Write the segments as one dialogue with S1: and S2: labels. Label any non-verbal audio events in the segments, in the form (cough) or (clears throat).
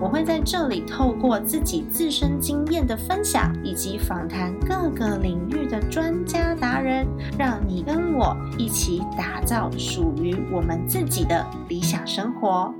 S1: 我会在这里透过自己自身经验的分享，以及访谈各个领域的专家达人，让你跟我一起打造属于我们自己的理想生活。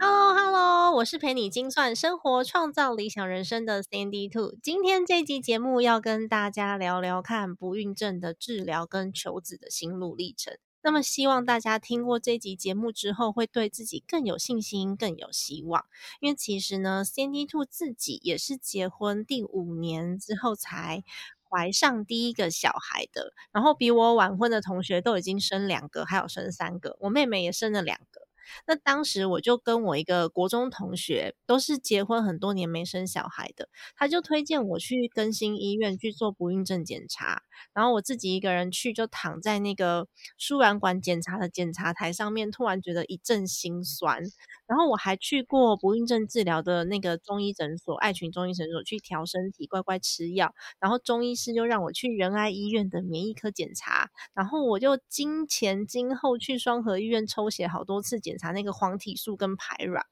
S1: Hello Hello，我是陪你精算生活、创造理想人生的 Sandy Two。今天这集节目要跟大家聊聊看不孕症的治疗跟求子的心路历程。那么希望大家听过这集节目之后，会对自己更有信心、更有希望。因为其实呢，Sandy Two 自己也是结婚第五年之后才怀上第一个小孩的，然后比我晚婚的同学都已经生两个，还有生三个，我妹妹也生了两个。那当时我就跟我一个国中同学，都是结婚很多年没生小孩的，他就推荐我去更新医院去做不孕症检查，然后我自己一个人去，就躺在那个输卵管检查的检查台上面，突然觉得一阵心酸。然后我还去过不孕症治疗的那个中医诊所，爱群中医诊所去调身体，乖乖吃药。然后中医师就让我去仁爱医院的免疫科检查，然后我就经前经后去双河医院抽血好多次，检查那个黄体素跟排卵。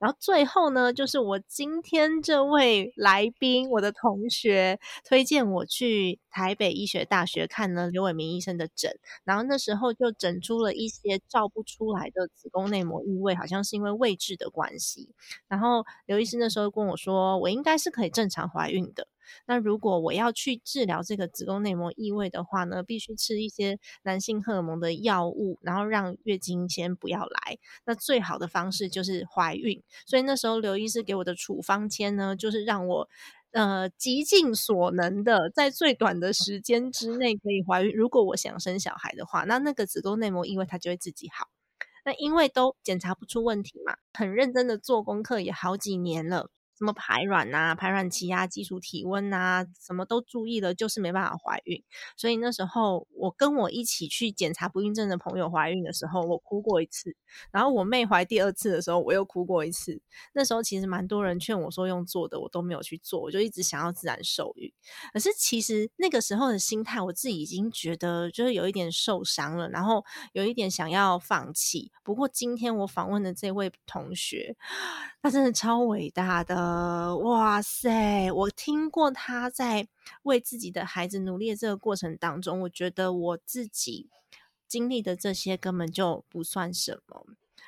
S1: 然后最后呢，就是我今天这位来宾，我的同学推荐我去台北医学大学看了刘伟明医生的诊，然后那时候就诊出了一些照不出来的子宫内膜异位，好像是因为位置的关系。然后刘医师那时候跟我说，我应该是可以正常怀孕的。那如果我要去治疗这个子宫内膜异位的话呢，必须吃一些男性荷尔蒙的药物，然后让月经先不要来。那最好的方式就是怀孕。所以那时候刘医师给我的处方签呢，就是让我。呃，极尽所能的，在最短的时间之内可以怀孕。如果我想生小孩的话，那那个子宫内膜异位它就会自己好。那因为都检查不出问题嘛，很认真的做功课也好几年了，什么排卵啊、排卵期啊、基础体温啊，什么都注意了，就是没办法怀孕。所以那时候我跟我一起去检查不孕症的朋友怀孕的时候，我哭过一次；然后我妹怀第二次的时候，我又哭过一次。那时候其实蛮多人劝我说用做的，我都没有去做，我就一直想要自然受孕。可是其实那个时候的心态，我自己已经觉得就是有一点受伤了，然后有一点想要放弃。不过今天我访问的这位同学，他真的超伟大的，哇塞！我听过他在为自己的孩子努力的这个过程当中，我觉得我自己经历的这些根本就不算什么。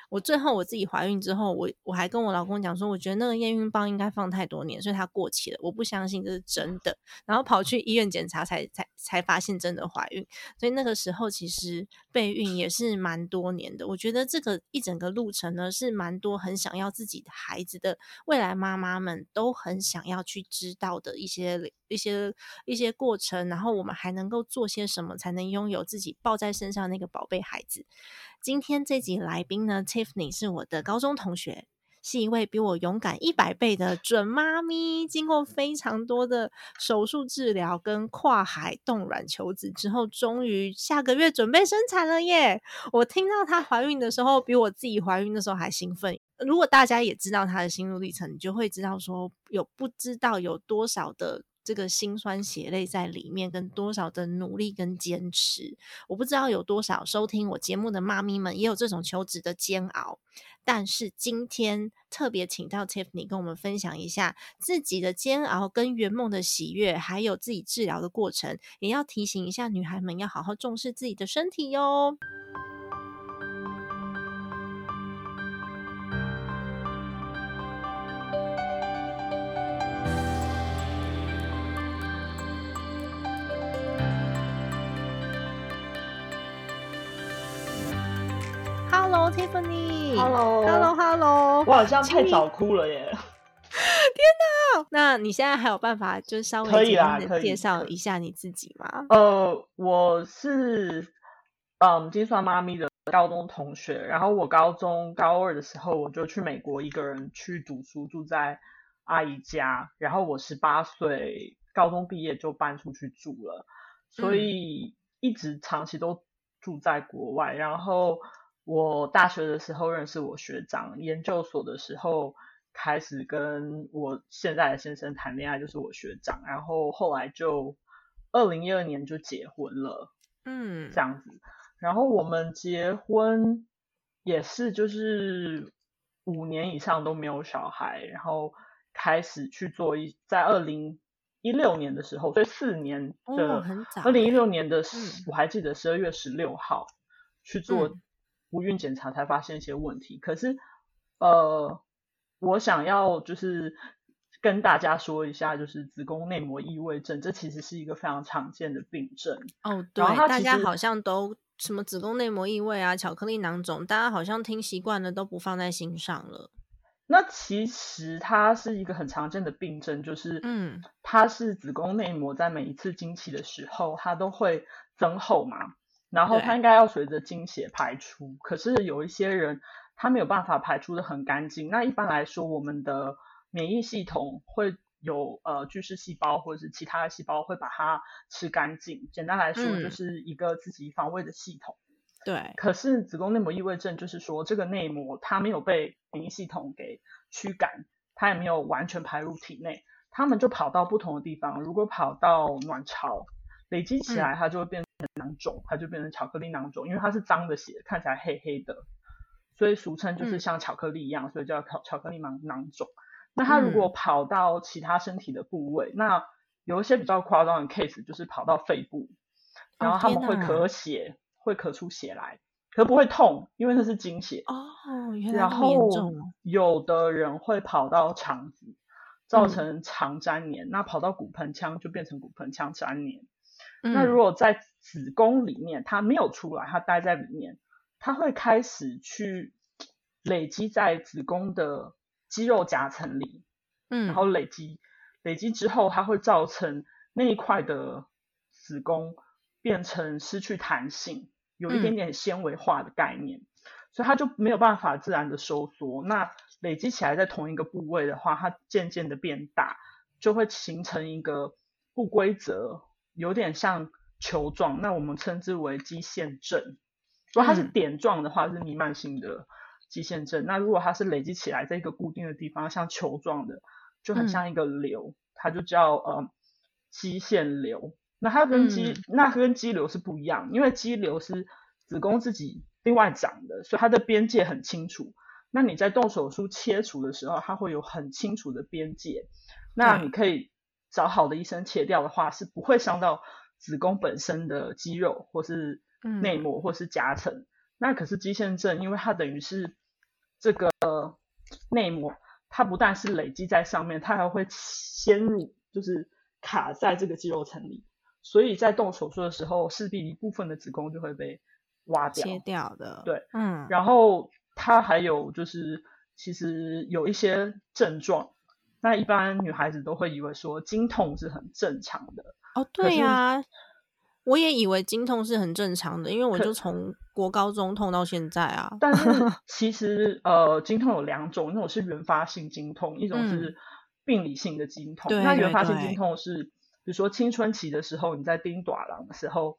S1: 我最后我自己怀孕之后，我我还跟我老公讲说，我觉得那个验孕棒应该放太多年，所以它过期了。我不相信这是真的，然后跑去医院检查才才才发现真的怀孕。所以那个时候其实备孕也是蛮多年的。我觉得这个一整个路程呢，是蛮多很想要自己的孩子的未来妈妈们都很想要去知道的一些一些一些过程。然后我们还能够做些什么，才能拥有自己抱在身上那个宝贝孩子。今天这集来宾呢，Tiffany 是我的高中同学，是一位比我勇敢一百倍的准妈咪。经过非常多的手术治疗跟跨海冻卵求子之后，终于下个月准备生产了耶！我听到她怀孕的时候，比我自己怀孕的时候还兴奋。如果大家也知道她的心路历程，你就会知道说有不知道有多少的。这个辛酸血泪在里面，跟多少的努力跟坚持，我不知道有多少收听我节目的妈咪们也有这种求职的煎熬。但是今天特别请到 Tiffany 跟我们分享一下自己的煎熬、跟圆梦的喜悦，还有自己治疗的过程，也要提醒一下女孩们要好好重视自己的身体哟。Hello，Tiffany。
S2: Hello
S1: Hello，Hello
S2: 我好像太
S1: 亲
S2: 早哭了耶。
S1: 那你现在还有办法就是稍微
S2: 可以
S1: 简
S2: 啦
S1: 单地
S2: 可以
S1: 介绍
S2: 可
S1: 一下你自己吗？
S2: 呃，我是嗯精算妈咪的高中同学，然后我高中高二的时候我就去美国一个人去读书，住在阿姨家，然后我十八岁高中毕业就搬出去住了，所
S1: 嗯
S2: 以一直长期都住在国外，然后我大学的时候认识我学长，研究所的时候开始跟我现在的先生谈恋爱，就是我学长，然后后来就二零一二年就结婚了，
S1: 嗯
S2: 这，样子。然后我们结婚也是就是五年以上都没有小孩，然后开始去做一在二零一六年的时候，所以四年
S1: 哦，
S2: 的
S1: 很早欸，
S2: 二零一六年的十、我还记得十二月十六号去做
S1: 嗯
S2: 不孕检查，才发现一些问题。可是，呃，我想要就是跟大家说一下，就是子宫内膜异位症，这其实是一个非常常见的病症。
S1: 哦，对
S2: 然后，它
S1: 大
S2: 其
S1: 家
S2: 实
S1: 好像都什么子宫内膜异位啊、巧克力囊肿，大家好像听习惯了都不放在心上了。
S2: 那其实它是一个很常见的病症，就是
S1: 嗯，
S2: 它是子宫内膜在每一次经期的时候，它都会增厚嘛，然后
S1: 对
S2: 它应该要随着经血排出，可是有一些人他没有办法排出的很干净。那一般来说，我们的免疫系统会有呃巨噬细胞或者是其他的细胞会把它吃干净。简单来说，就
S1: 嗯
S2: 是一个自己防卫的系统。
S1: 对，
S2: 可是子宫内膜异位症就是说，这个内膜它没有被免疫系统给驱赶，它也没有完全排入体内，它们就跑到不同的地方。如果跑到卵巢，累积起
S1: 嗯
S2: 来它就会变成囊肿，它就变成巧克力囊肿，因为它是脏的血，看起来黑黑的，所以俗称就是
S1: 嗯
S2: 像巧克力一样，所以叫巧巧克力囊囊肿。那它如果
S1: 嗯
S2: 跑到其他身体的部位，那有一些比较夸张的 case 就是跑到肺部，
S1: 哦
S2: 然后他们
S1: 天
S2: 会
S1: 哪
S2: 咳血，会咳出血来，可不会痛，因为那是经血。
S1: 哦，原来
S2: 然
S1: 那么严
S2: 后
S1: 重哦。
S2: 有的人会跑到肠子，造
S1: 嗯
S2: 成肠粘连，那跑到骨盆腔就变成骨盆腔粘连。那
S1: 嗯，
S2: 如果在子宫里面，它没有出来，它待在里面，它会开始去累积在子宫的肌肉夹层里，
S1: 嗯，
S2: 然后累积，累积之后，它会造成那一块的子宫变成失去弹性，有一点
S1: 嗯
S2: 点纤维化的概念，所以它就没有办法自然的收缩。那累积起来在同一个部位的话，它渐渐的变大，就会形成一个不规则，有点像球状，那我们称之为肌腺症。如果它是
S1: 嗯
S2: 点状的话，是弥漫性的肌腺症；那如果它是累积起来在一个固定的地方，像球状的，就很
S1: 嗯
S2: 像一个瘤，它就叫呃肌腺瘤。那它跟肌、
S1: 嗯
S2: 那它跟肌瘤是不一样，因为肌瘤是子宫自己另外长的，所以它的边界很清楚。那你在动手术切除的时候，它会有很清楚的边界。那
S1: 对
S2: 你可以找好的医生切掉的话，是不会伤到子宫本身的肌肉或是内
S1: 嗯
S2: 膜或是夹层。那可是肌腺症，因为它等于是这个内膜，它不但是累积在上面，它还会陷入，就是卡在这个肌肉层里。所以在动手术的时候，势必一部分的子宫就会被挖掉。
S1: 切掉的，
S2: 对，
S1: 嗯，
S2: 然后它还有就是，其实有一些症状，那一般女孩子都会以为说经痛是很正常的，
S1: 哦，对
S2: 是
S1: 呀、我也以为经痛是很正常的，因为我就从国高中痛到现在啊。(laughs)
S2: 但是其实呃，经痛有两种，一种是原发性经痛，一种是病理性的经
S1: 嗯
S2: 痛。
S1: 对
S2: 那
S1: 对
S2: 原发性经
S1: 对
S2: 痛是，比如说青春期的时候，你在叮短郎的时候，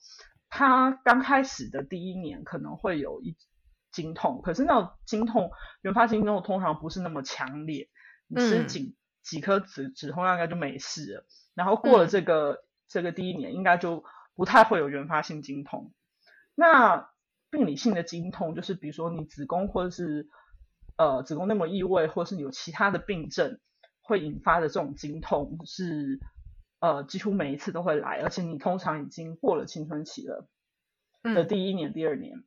S2: 它刚开始的第一年可能会有一经痛，可是那种经痛，原发性经痛通常不是那么强烈，你吃
S1: 嗯
S2: 几、几颗止止痛药应该就没事了。然后过了
S1: 嗯
S2: 这个、这个第一年，应该就不太会有原发性经痛。那病理性的经痛，就是比如说你子宫或者是呃子宫内膜异位，或是有其他的病症会引发的这种经痛是。呃，几乎每一次都会来，而且你通常已经过了青春期了的
S1: 嗯，
S2: 第一年、第二年，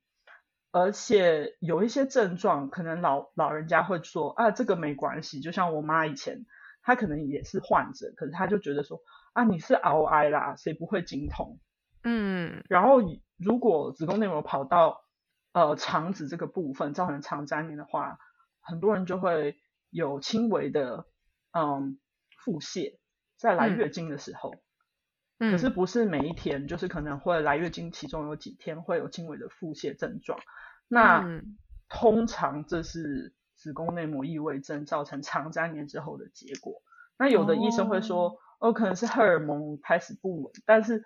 S2: 而且有一些症状，可能老老人家会说啊，这个没关系。就像我妈以前，她可能也是患者，可是她就觉得说啊，你是熬癌啦，谁不会经痛？
S1: 嗯，
S2: 然后如果子宫内膜跑到呃肠子这个部分造成肠粘连的话，很多人就会有轻微的嗯腹泻，在来
S1: 嗯
S2: 月经的时候。
S1: 嗯
S2: 可是不是每一天，就是可能会来月经，其中有几天会有轻微的腹泻症状。那、
S1: 嗯
S2: 通常这是子宫内膜异位症造成肠粘连之后的结果。那有的医生会说，哦可能是荷尔蒙开始不稳，但是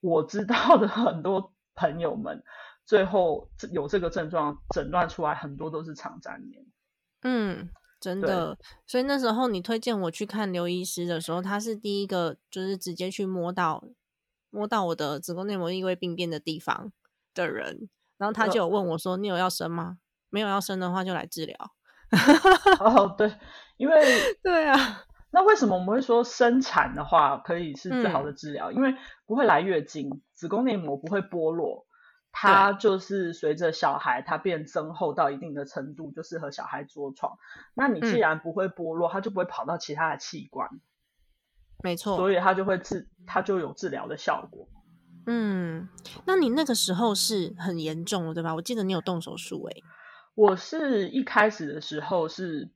S2: 我知道的很多朋友们，最后这有这个症状诊断出来，很多都是肠粘连。
S1: 嗯，真
S2: 对
S1: 的。所以那时候你推荐我去看刘医师的时候，他是第一个就是直接去摸到摸到我的子宫内膜异位病变的地方的人，然后他
S2: 呃
S1: 就有问我说：“你有要生吗？没有要生的话就来治疗。
S2: (laughs) (laughs) 哦，对，因为”
S1: 对啊，
S2: 那为什么我们会说生产的话可以是最好
S1: 嗯
S2: 的治疗？因为不会来月经，子宫内膜不会剥落，它就是随着小孩它变增厚到一定的程度，就适合小孩着床。那你既
S1: 嗯
S2: 然不会剥落，它就不会跑到其他的器官，
S1: 没错。
S2: 所以它就会治，它就有治疗的效果。
S1: 嗯，那你那个时候是很严重了，对吧？我记得你有动手术、欸，
S2: 我是一开始的时候是，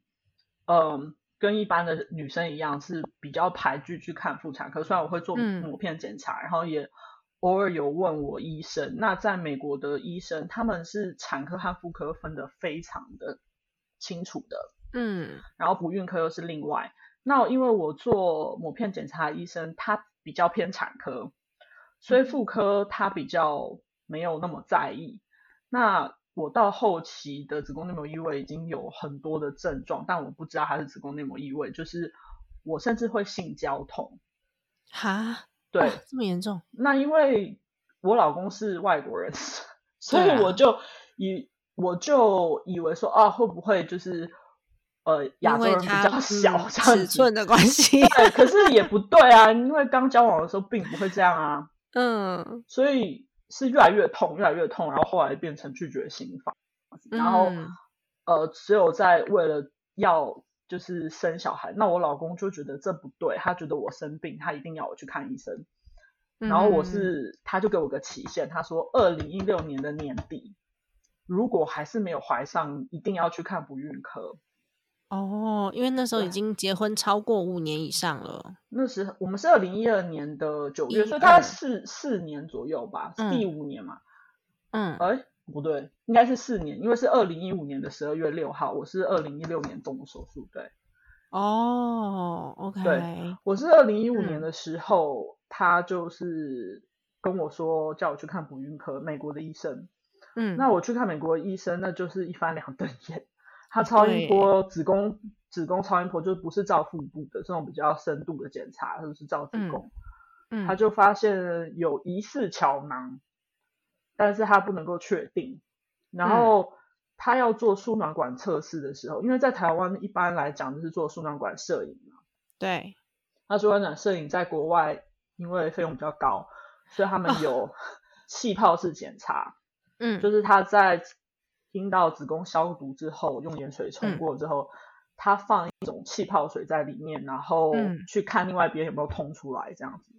S2: 嗯，跟一般的女生一样，是比较排拒去看妇产科。虽然我会做
S1: 嗯
S2: 抹片检查，然后也偶尔有问我医生。那在美国的医生，他们是产科和妇科分得非常的清楚的，
S1: 嗯
S2: 然后不孕科又是另外。那因为我做抹片检查的医生，他比较偏产科，
S1: 嗯
S2: 所以妇科他比较没有那么在意。那我到后期的子宫内膜异位已经有很多的症状，但我不知道它是子宫内膜异位，就是我甚至会性交痛。
S1: 哈，
S2: 对，
S1: 哦这么严重，
S2: 那因为我老公是外国人，所
S1: 对
S2: 以
S1: 啊
S2: 我就以我就以为说啊，会不会就是呃亚
S1: 因
S2: 洲
S1: 为
S2: 人比
S1: 它
S2: 较小、
S1: 嗯
S2: 这样
S1: 尺
S2: 子
S1: 寸的关系， (laughs)
S2: 对，可是也不对啊，因为刚交往的时候并不会这样啊，
S1: 嗯，
S2: 所以是越来越痛，越来越痛，然后后来变成拒绝刑法，然后、
S1: 嗯
S2: 呃，只有在为了要就是生小孩，那我老公就觉得这不对，他觉得我生病，他一定要我去看医生，然后我是他就给我个期限，他说二零一六年的年底，如果还是没有怀上，一定要去看不孕科。
S1: 哦，因为那时候已
S2: 对
S1: 经结婚超过五年以上了。
S2: 那时候我们是二零一二年的九月，
S1: 一
S2: 所以大
S1: 二
S2: 概四四年左右吧，
S1: 嗯
S2: 第五年嘛。
S1: 嗯，
S2: 哎、不对，应该是四年，因为是二零一五年的十二月六号，我是二零一六年动的手术。对，
S1: 哦，OK，
S2: 对我是二零一五
S1: 嗯
S2: 年的时候，他就是跟我说叫我去看不孕科，美国的医生。
S1: 嗯，
S2: 那我去看美国医生，那就是一翻两瞪眼。 (laughs) 他超
S1: 对
S2: 音波、子宫、子宫超音波就不是照腹部的这种比较深度的检查，他就是照子
S1: 嗯
S2: 宫。
S1: 嗯
S2: 他就发现有疑似巧囊，但是他不能够确定。然
S1: 嗯
S2: 后他要做输卵管测试的时候，因为在台湾一般来讲就是做输卵管摄影嘛，
S1: 对，
S2: 那输卵管摄影在国外因为费用比较高，所以他们有
S1: (laughs)
S2: 气泡式检查，
S1: 嗯，
S2: 就是他在阴道子宫消毒之后，用盐水冲
S1: 嗯
S2: 过之后。他放一种气泡水在里面，然后
S1: 嗯
S2: 去看另外一边有没有通出来，这样子。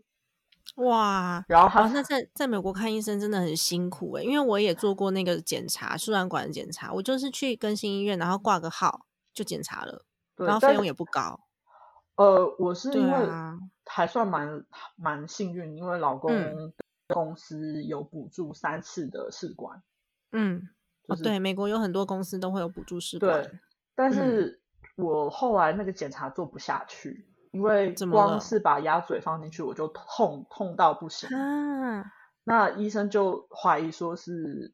S1: 哇。
S2: 然后他
S1: 哦，那在在美国看医生真的很辛苦欸诶、因为我也做过那个检查，输卵管的检查，我就是去更新医院，然后挂个号就检查了，
S2: 对
S1: 然后
S2: 但
S1: 费
S2: 是
S1: 用也不高。
S2: 呃，我是
S1: 对
S2: 因为
S1: 啊
S2: 还算蛮蛮幸运，因为老公
S1: 嗯
S2: 公司有补助三次的试管，
S1: 嗯，
S2: 就
S1: 哦，
S2: 是、
S1: 对，美国有很多公司都会有补助试
S2: 对
S1: 管。，
S2: 但
S1: 嗯
S2: 是我后来那个检查做不下去，因为
S1: 怎么了
S2: 光是把鸭嘴放进去我就痛痛到不行，
S1: 啊，
S2: 那医生就怀疑说是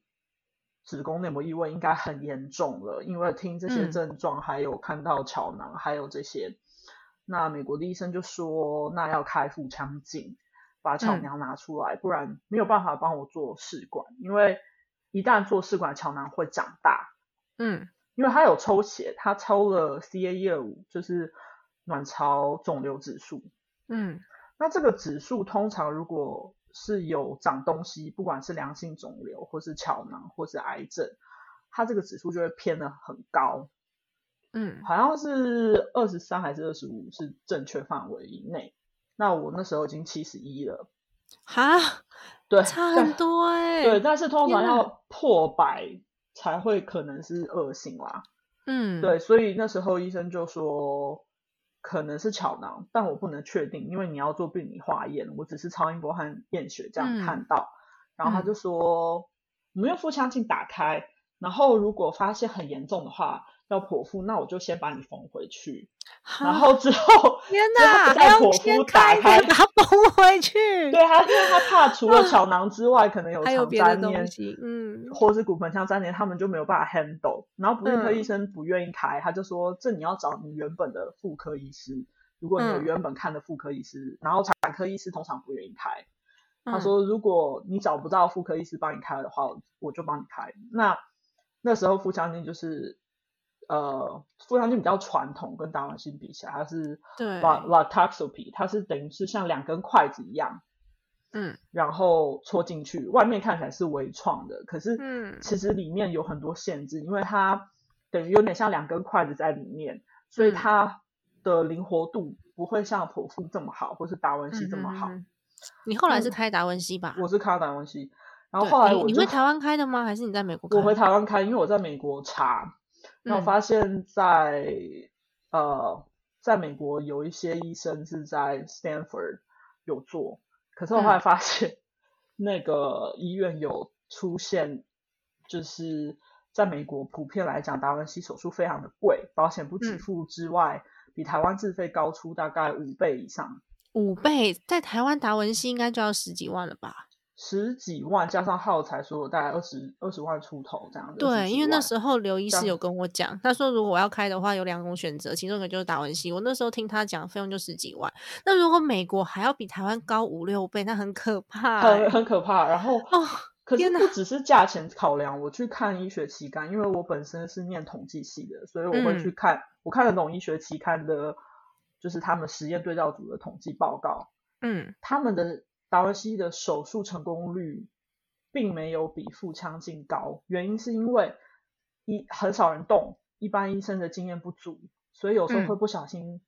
S2: 子宫内膜异位应该很严重了，因为听这些
S1: 嗯
S2: 症状，还有看到巧囊，还有这些，那美国的医生就说，那要开腹腔镜，把巧
S1: 嗯
S2: 囊拿出来，不然没有办法帮我做试管，因为一旦做试管，巧囊会长大，
S1: 嗯，
S2: 因为他有抽血，他抽了 CA 1 2 5就是卵巢肿瘤指数，
S1: 嗯，
S2: 那这个指数通常如果是有长东西，不管是良性肿瘤，或是巧囊，或是癌症，它这个指数就会偏的很高， (laughs)
S1: 嗯，
S2: 好像是二十三还是二十五是正确范围以内。那我那时候已经七十一了，
S1: 哈，
S2: 对，
S1: 差
S2: 但
S1: 很多哎、
S2: 对，但是通常
S1: 天哪
S2: 要破百才会可能是恶性啦。
S1: 嗯，
S2: 对，所以那时候医生就说可能是巧囊，但我不能确定，因为你要做病理化验，我只是超音波和验血这样看到。然后他就说，我们用腹腔镜打开，然后如果发现很严重的话要剖腹，那我就先把你缝回去，然
S1: 好，
S2: 后之后
S1: 天
S2: 哪，
S1: 哪，
S2: 再
S1: 还
S2: 剖
S1: 要先
S2: 腹打
S1: 开
S2: 开
S1: 门把它缝回去，
S2: 对他，因为他怕除了小囊之外，可能有
S1: 还有
S2: 肠
S1: 别的
S2: 粘
S1: 东
S2: 连，
S1: 西嗯
S2: 或是骨盆腔粘连，他们就没有办法 handle。然后不孕科医
S1: 嗯
S2: 生不愿意开，他就说这你要找你原本的妇科医师，如果你有
S1: 嗯
S2: 原本看的妇科医师，然后产科医师通常不愿意开。他
S1: 嗯
S2: 说如果你找不到妇科医师帮你开的话，我就帮你开。那那时候腹腔镜就是。呃，腹腔镜比较传统，跟达文西比起来，它是
S1: 对
S2: la lactoxopy，它是等于是像两根筷子一样，
S1: 嗯
S2: 然后戳进去，外面看起来是微创的，可是
S1: 嗯
S2: 其实里面有很多限制，因为它等于有点像两根筷子在里面，所以
S1: 嗯
S2: 它的灵活度不会像剖腹这么好，或是达文西这么好。
S1: 嗯嗯嗯你后来是
S2: 嗯
S1: 开达文西吧？
S2: 我是看到达文西，然后
S1: 对
S2: 后来
S1: 你
S2: 我
S1: 你
S2: 就
S1: 回台湾开的吗？还是你在美国开？
S2: 我回台湾看，因为我在美国查，然后
S1: 哎嗯
S2: 发现在、呃，在美国有一些医生是在 Stanford 有做，可是我
S1: 嗯
S2: 后来发现那个医院有出现，就是在美国普遍来讲，达文西手术非常的贵，保险不给
S1: 嗯
S2: 付之外，比台湾自费高出大概五倍以上，
S1: 五倍，在台湾达文西应该就要十几万了吧？
S2: 十几万加上耗材所有，大概二十二十万出头这样子。
S1: 对，因为那时
S2: 候
S1: 候刘医
S2: 这
S1: 师有
S2: 样
S1: 跟我讲，他说如果我要开的话，有两种选择，其中一个就是达文西。我那时候听他讲，费用就十几万。那如果美国还要比台湾高五六倍，那很可怕、
S2: 很
S1: 欸。
S2: 很可怕，然后
S1: 哦，
S2: 可是
S1: 天哪
S2: 不只是价钱考量，我去看医学期刊，因为我本身是念统计系的，所以我会
S1: 嗯
S2: 去看，我看得懂医学期刊的，就是他们实验对照组的统计报告，
S1: 嗯，
S2: 他们的达文西的手术成功率并没有比腹腔镜高，原因是因为一很少人动，一般医生的经验不足，所以有时候
S1: 嗯
S2: 会不小心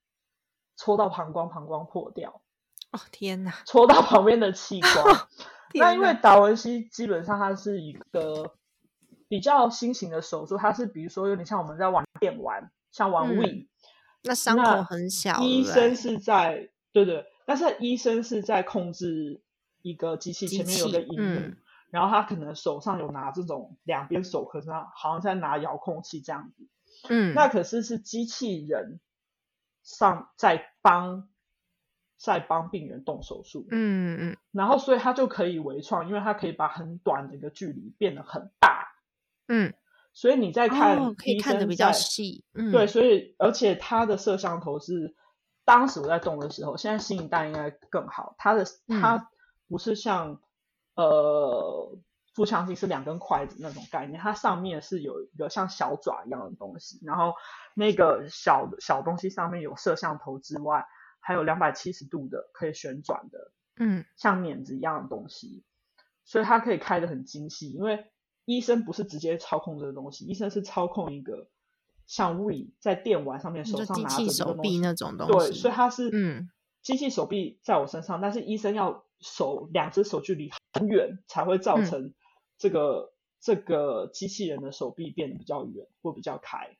S2: 戳到膀胱，膀胱破掉，
S1: 哦天哪，
S2: 戳到 (laughs) 旁边的
S1: (laughs)
S2: 器官。那
S1: 天
S2: 因
S1: 哪
S2: 为达文西基本上它是一个比较新型的手术，它是比如说有点像我们在玩电玩，像玩
S1: 嗯
S2: Wii，、
S1: 那伤
S2: 那
S1: 口很小，
S2: 医
S1: 对不
S2: 生是在对对，但是医生是在控制一个机器，
S1: 机
S2: 前面有个
S1: 器
S2: 荧幕，
S1: 嗯
S2: 然后他可能手上有拿这种两边手可是他好像在拿遥控器这样子，
S1: 对嗯，
S2: 那可是是机器人上在帮在帮病人动手术，
S1: 嗯嗯
S2: 然后所以它就可以微创，因为它可以把很短的一个距离变得很大，
S1: 嗯，
S2: 所以你在看
S1: 哦，可以
S2: 医
S1: 看得
S2: 生
S1: 比较
S2: 在
S1: 细，嗯，
S2: 对，所以而且它的摄像头是当时我在动的时候，现在新一代应该更好，它的它不是像、呃腹腔镜是两根筷子那种概念，它上面是有一个像小爪一样的东西，然后那个小小东西上面有摄像头之外，还有两百七十度的可以旋转的
S1: 嗯
S2: 像碾子一样的东西，所以它可以开得很精细。因为医生不是直接操控这个东西，医生是操控一个像 We 在电玩上面
S1: 就
S2: 手上
S1: 机
S2: 拿着
S1: 器
S2: 这
S1: 手
S2: 个东
S1: 臂
S2: 西，
S1: 那种东西，
S2: 对，所以它是
S1: 嗯
S2: 机器手臂在我身上，但是医生要手两只手距离很远，才会造
S1: 嗯
S2: 成这个、这个机器人的手臂变得比较远或比较开。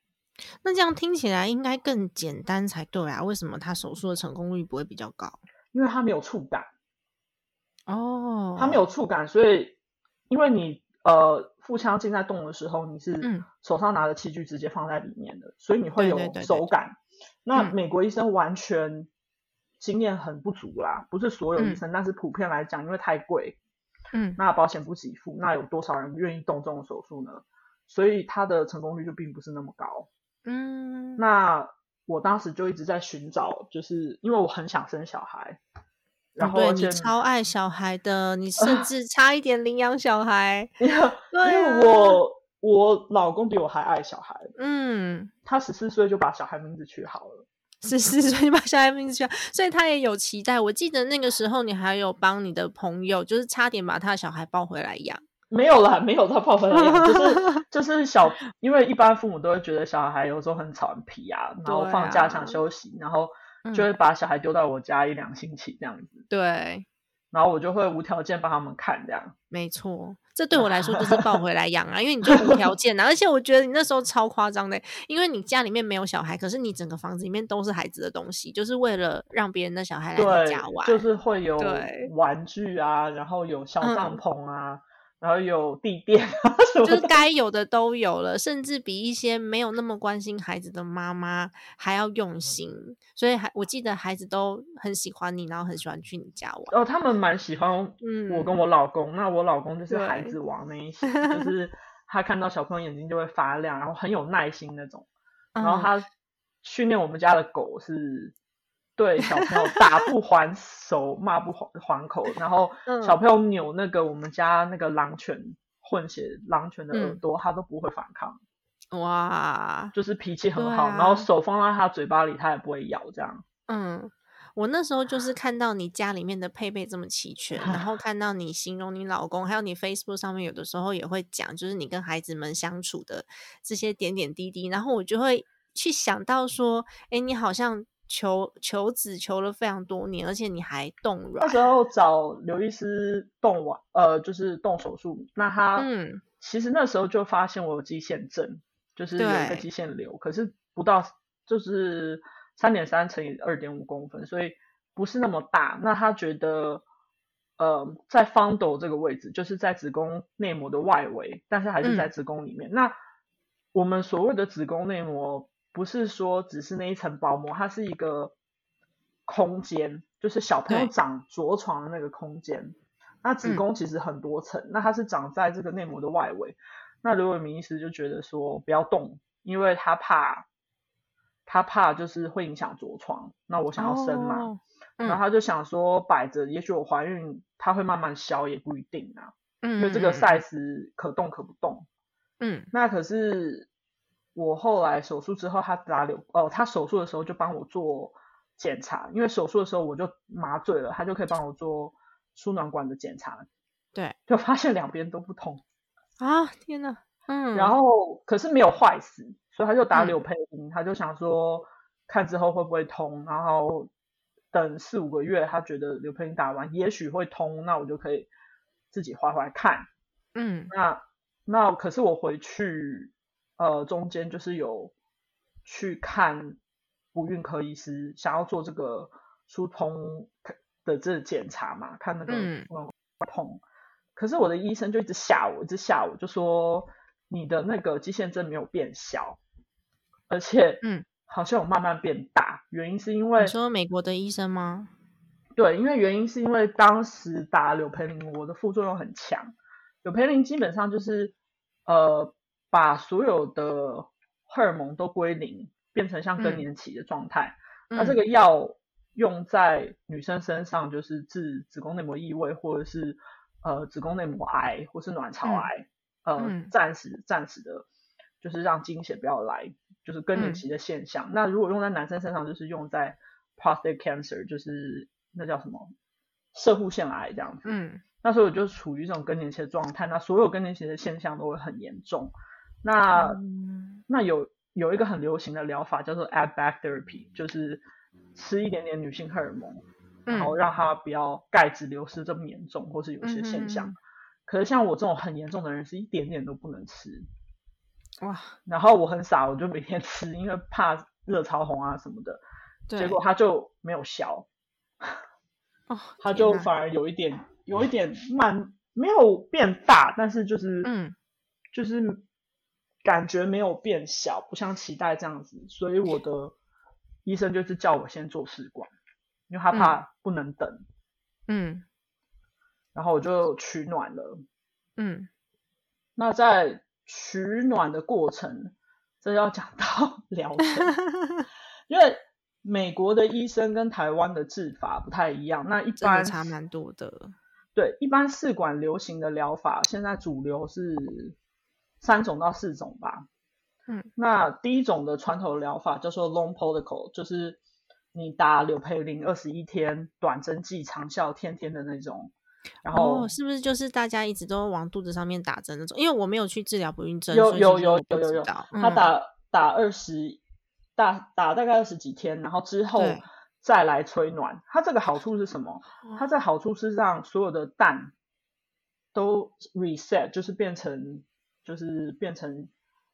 S1: 那这样听起来应该更简单才对啊？为什么他手术的成功率不会比较高？
S2: 因为它没有触感，
S1: 哦，
S2: 它没有触感，所以因为你呃腹腔镜在动的时候，你是
S1: 嗯
S2: 手上拿的器具直接放在里面的，所以你会
S1: 对
S2: 有
S1: 对对对
S2: 手
S1: 对
S2: 感。那
S1: 嗯
S2: 美国医生完全经验很不足啦，不是所有医
S1: 嗯
S2: 生，但是普遍来讲，因为太贵，
S1: 嗯
S2: 那保险不给付，那有多少人愿意动这种手术呢？所以它的成功率就并不是那么高。
S1: 嗯，
S2: 那我当时就一直在寻找，就是因为我很想生小孩，然
S1: 哦
S2: 后
S1: 对
S2: 而且
S1: 你超爱小孩的，你甚至差一点领养小孩，
S2: (laughs) 因为因为
S1: 对啊
S2: 我我老公比我还爱小孩，
S1: 嗯，
S2: 他十四岁就把小孩名字取好了。
S1: 是是，所以把小孩名字取好，所以他也有期待。我记得那个时候你还有帮你的朋友，就是差点把他的小孩抱回来养，
S2: 没有啦，没有他泡粉养，
S1: (laughs)
S2: 就是就是小，因为一般父母都会觉得小孩有时候很吵很皮啊，然后
S1: 对
S2: 放假
S1: 啊
S2: 想休息，然后
S1: 嗯
S2: 就会把小孩丢到我家一两星期这样子，
S1: 对，
S2: 然后我就会无条件帮他们看这样。
S1: 没错，这对我来说就是抱回来养啊，因为你就无条
S2: (laughs)
S1: 件啊。而且我觉得你那时候超夸张的，因为你家里面没有小孩，可是你整个房子里面都是孩子的东西，就是为了让别人的小孩来你
S2: 对
S1: 哎家，玩。
S2: 就是会有
S1: 对
S2: 玩具啊，然后有小帐
S1: 嗯
S2: 篷啊，然后有地垫 (laughs) 啊什么
S1: 就是
S2: 的。
S1: 该有的都有了，甚至比一些没有那么关心孩子的妈妈还要用心。所以还我记得孩子都很喜欢你，然后很喜欢去你家玩。
S2: 哦，他们蛮喜欢
S1: 嗯，
S2: 我跟我老公，那我老公就是
S1: 对
S2: 孩子王那一型，就是他看到小朋友眼睛就会发亮，然后很有耐心那种。然后
S1: 嗯
S2: 他训练我们家的狗是对小朋友打不
S1: (laughs)
S2: 还手，骂不还还口，然后
S1: 嗯
S2: 小朋友扭那个我们家那个狼犬混血狼犬的耳
S1: 嗯
S2: 朵，它都不会反抗，
S1: 哇，
S2: 就是脾气很
S1: 对
S2: 好，然后
S1: 啊
S2: 手放到它嘴巴里，它也不会咬，这样。
S1: 嗯，我那时候就是看到你家里面的配备这么齐全，然
S2: (laughs)
S1: 后看到你形容你老公，还有你 Facebook 上面有的时候也会讲，就是你跟孩子们相处的这些点点滴滴，然后我就会去想到说，哎，你好像求求子求了非常多年，而且你还冻
S2: 那
S1: 卵，
S2: 时候找刘医师动完，呃，就是动手术，那他
S1: 嗯，
S2: 其实那时候就发现我有肌腺症，就是有一个
S1: 对
S2: 肌腺瘤，可是不到就是三点三乘以二点五公分，所以不是那么大。那他觉得，呃，在方斗这个位置，就是在子宫内膜的外围，但是还是在
S1: 嗯
S2: 子宫里面。那我们所谓的子宫内膜，不是说只是那一层薄膜，它是一个空间，就是小朋友
S1: 对
S2: 长着床的那个空间。那子
S1: 嗯
S2: 宫其实很多层，那它是长在这个内膜的外围。那刘伟明医师就觉得说不要动，因为他怕他怕就是会影响着床。那我想要生嘛，
S1: 哦，
S2: 然后他就想说摆着，也许我怀孕它会慢慢消，也不一定啊，因
S1: 嗯，
S2: 为这个
S1: 嗯，
S2: size 可动可不动。
S1: 嗯
S2: 那可是我后来手术之后，他打流哦，他手术的时候就帮我做检查，因为手术的时候我就麻醉了，他就可以帮我做输卵管的检查。
S1: 对，
S2: 就发现两边都不通，
S1: 啊，天呐，嗯，
S2: 然后可是没有坏死，所以他就打
S1: 嗯
S2: 柳培林，他就想说看之后会不会通，然后等四五个月，他觉得柳培林打完也许会通，那我就可以自己画画看。 (laughs)
S1: 嗯
S2: 那那可是我回去，呃，中间就是有去看不孕科医师，想要做这个疏通的这个检查嘛，看那个
S1: 嗯
S2: 可是我的医生就一直吓我，一直吓我，就说你的那个肌腺症没有变小，而且
S1: 嗯，
S2: 好像有慢慢变大。原因是因为
S1: 你说美国的医生吗？
S2: 对，因为原因是因为当时打柳培林，我的副作用很强。柳培林基本上就是呃，把所有的荷尔蒙都归零，变成像更
S1: 嗯
S2: 年期的状态。那
S1: 嗯
S2: 啊这个药用在女生身上，就是治子宫内膜异位，或者是呃子宫内膜癌，或是卵巢
S1: 嗯
S2: 癌，呃
S1: 嗯，
S2: 暂时暂时的，就是让经血不要来，就是更
S1: 嗯
S2: 年期的现象。那如果用在男生身上，就是用在 prostate cancer，就是那叫什么射护腺癌这样子。
S1: 嗯
S2: 那时候我就处于一种更年期的状态，那所有更年期的现象都会很严重。那、
S1: 嗯
S2: 那有有一个很流行的疗法叫做 add back therapy，就是吃一点点女性荷尔蒙，然
S1: 嗯
S2: 后让它不要钙质流失这么严重，或是有一些现象。
S1: 嗯哼
S2: 可是像我这种很严重的人，是一点点都不能吃。
S1: 哇，
S2: 然后我很傻，我就每天吃，因为怕热潮红啊什么的。
S1: 对，
S2: 结果它就没有消，
S1: 哦，
S2: 它
S1: 天
S2: 就
S1: 哪
S2: 反而有一点有一点慢，没有变大，但是就是
S1: 嗯
S2: 就是感觉没有变小，不像脐带这样子，所以我的医生就是叫我先做试管，因为他怕不能等，
S1: 嗯
S2: 然后我就取卵了。
S1: 嗯
S2: 那在取卵的过程，这要讲到 (laughs) 疗程，
S1: (laughs)
S2: 因为美国的医生跟台湾的治法不太一样。那一
S1: 真的
S2: 般
S1: 差蛮多的。
S2: 对，一般试管流行的疗法，现在主流是三种到四种吧。
S1: 嗯，
S2: 那第一种的传统疗法叫做 long protocol，就是你打柳培林二十一天，短针剂长效，天天的那种。然后、
S1: 哦，是不是就是大家一直都往肚子上面打针那种？因为我没有去治疗不孕症，
S2: 有
S1: 所以
S2: 有
S1: 其实
S2: 有
S1: 我不
S2: 有有
S1: 知
S2: 有
S1: 道
S2: 他
S1: 嗯
S2: 打打二十，打打大概二十几天，然后之后
S1: 对
S2: 再来催卵。它这个好处是什么？
S1: 嗯
S2: 它这好处是让所有的蛋都 reset，就是变成就是变成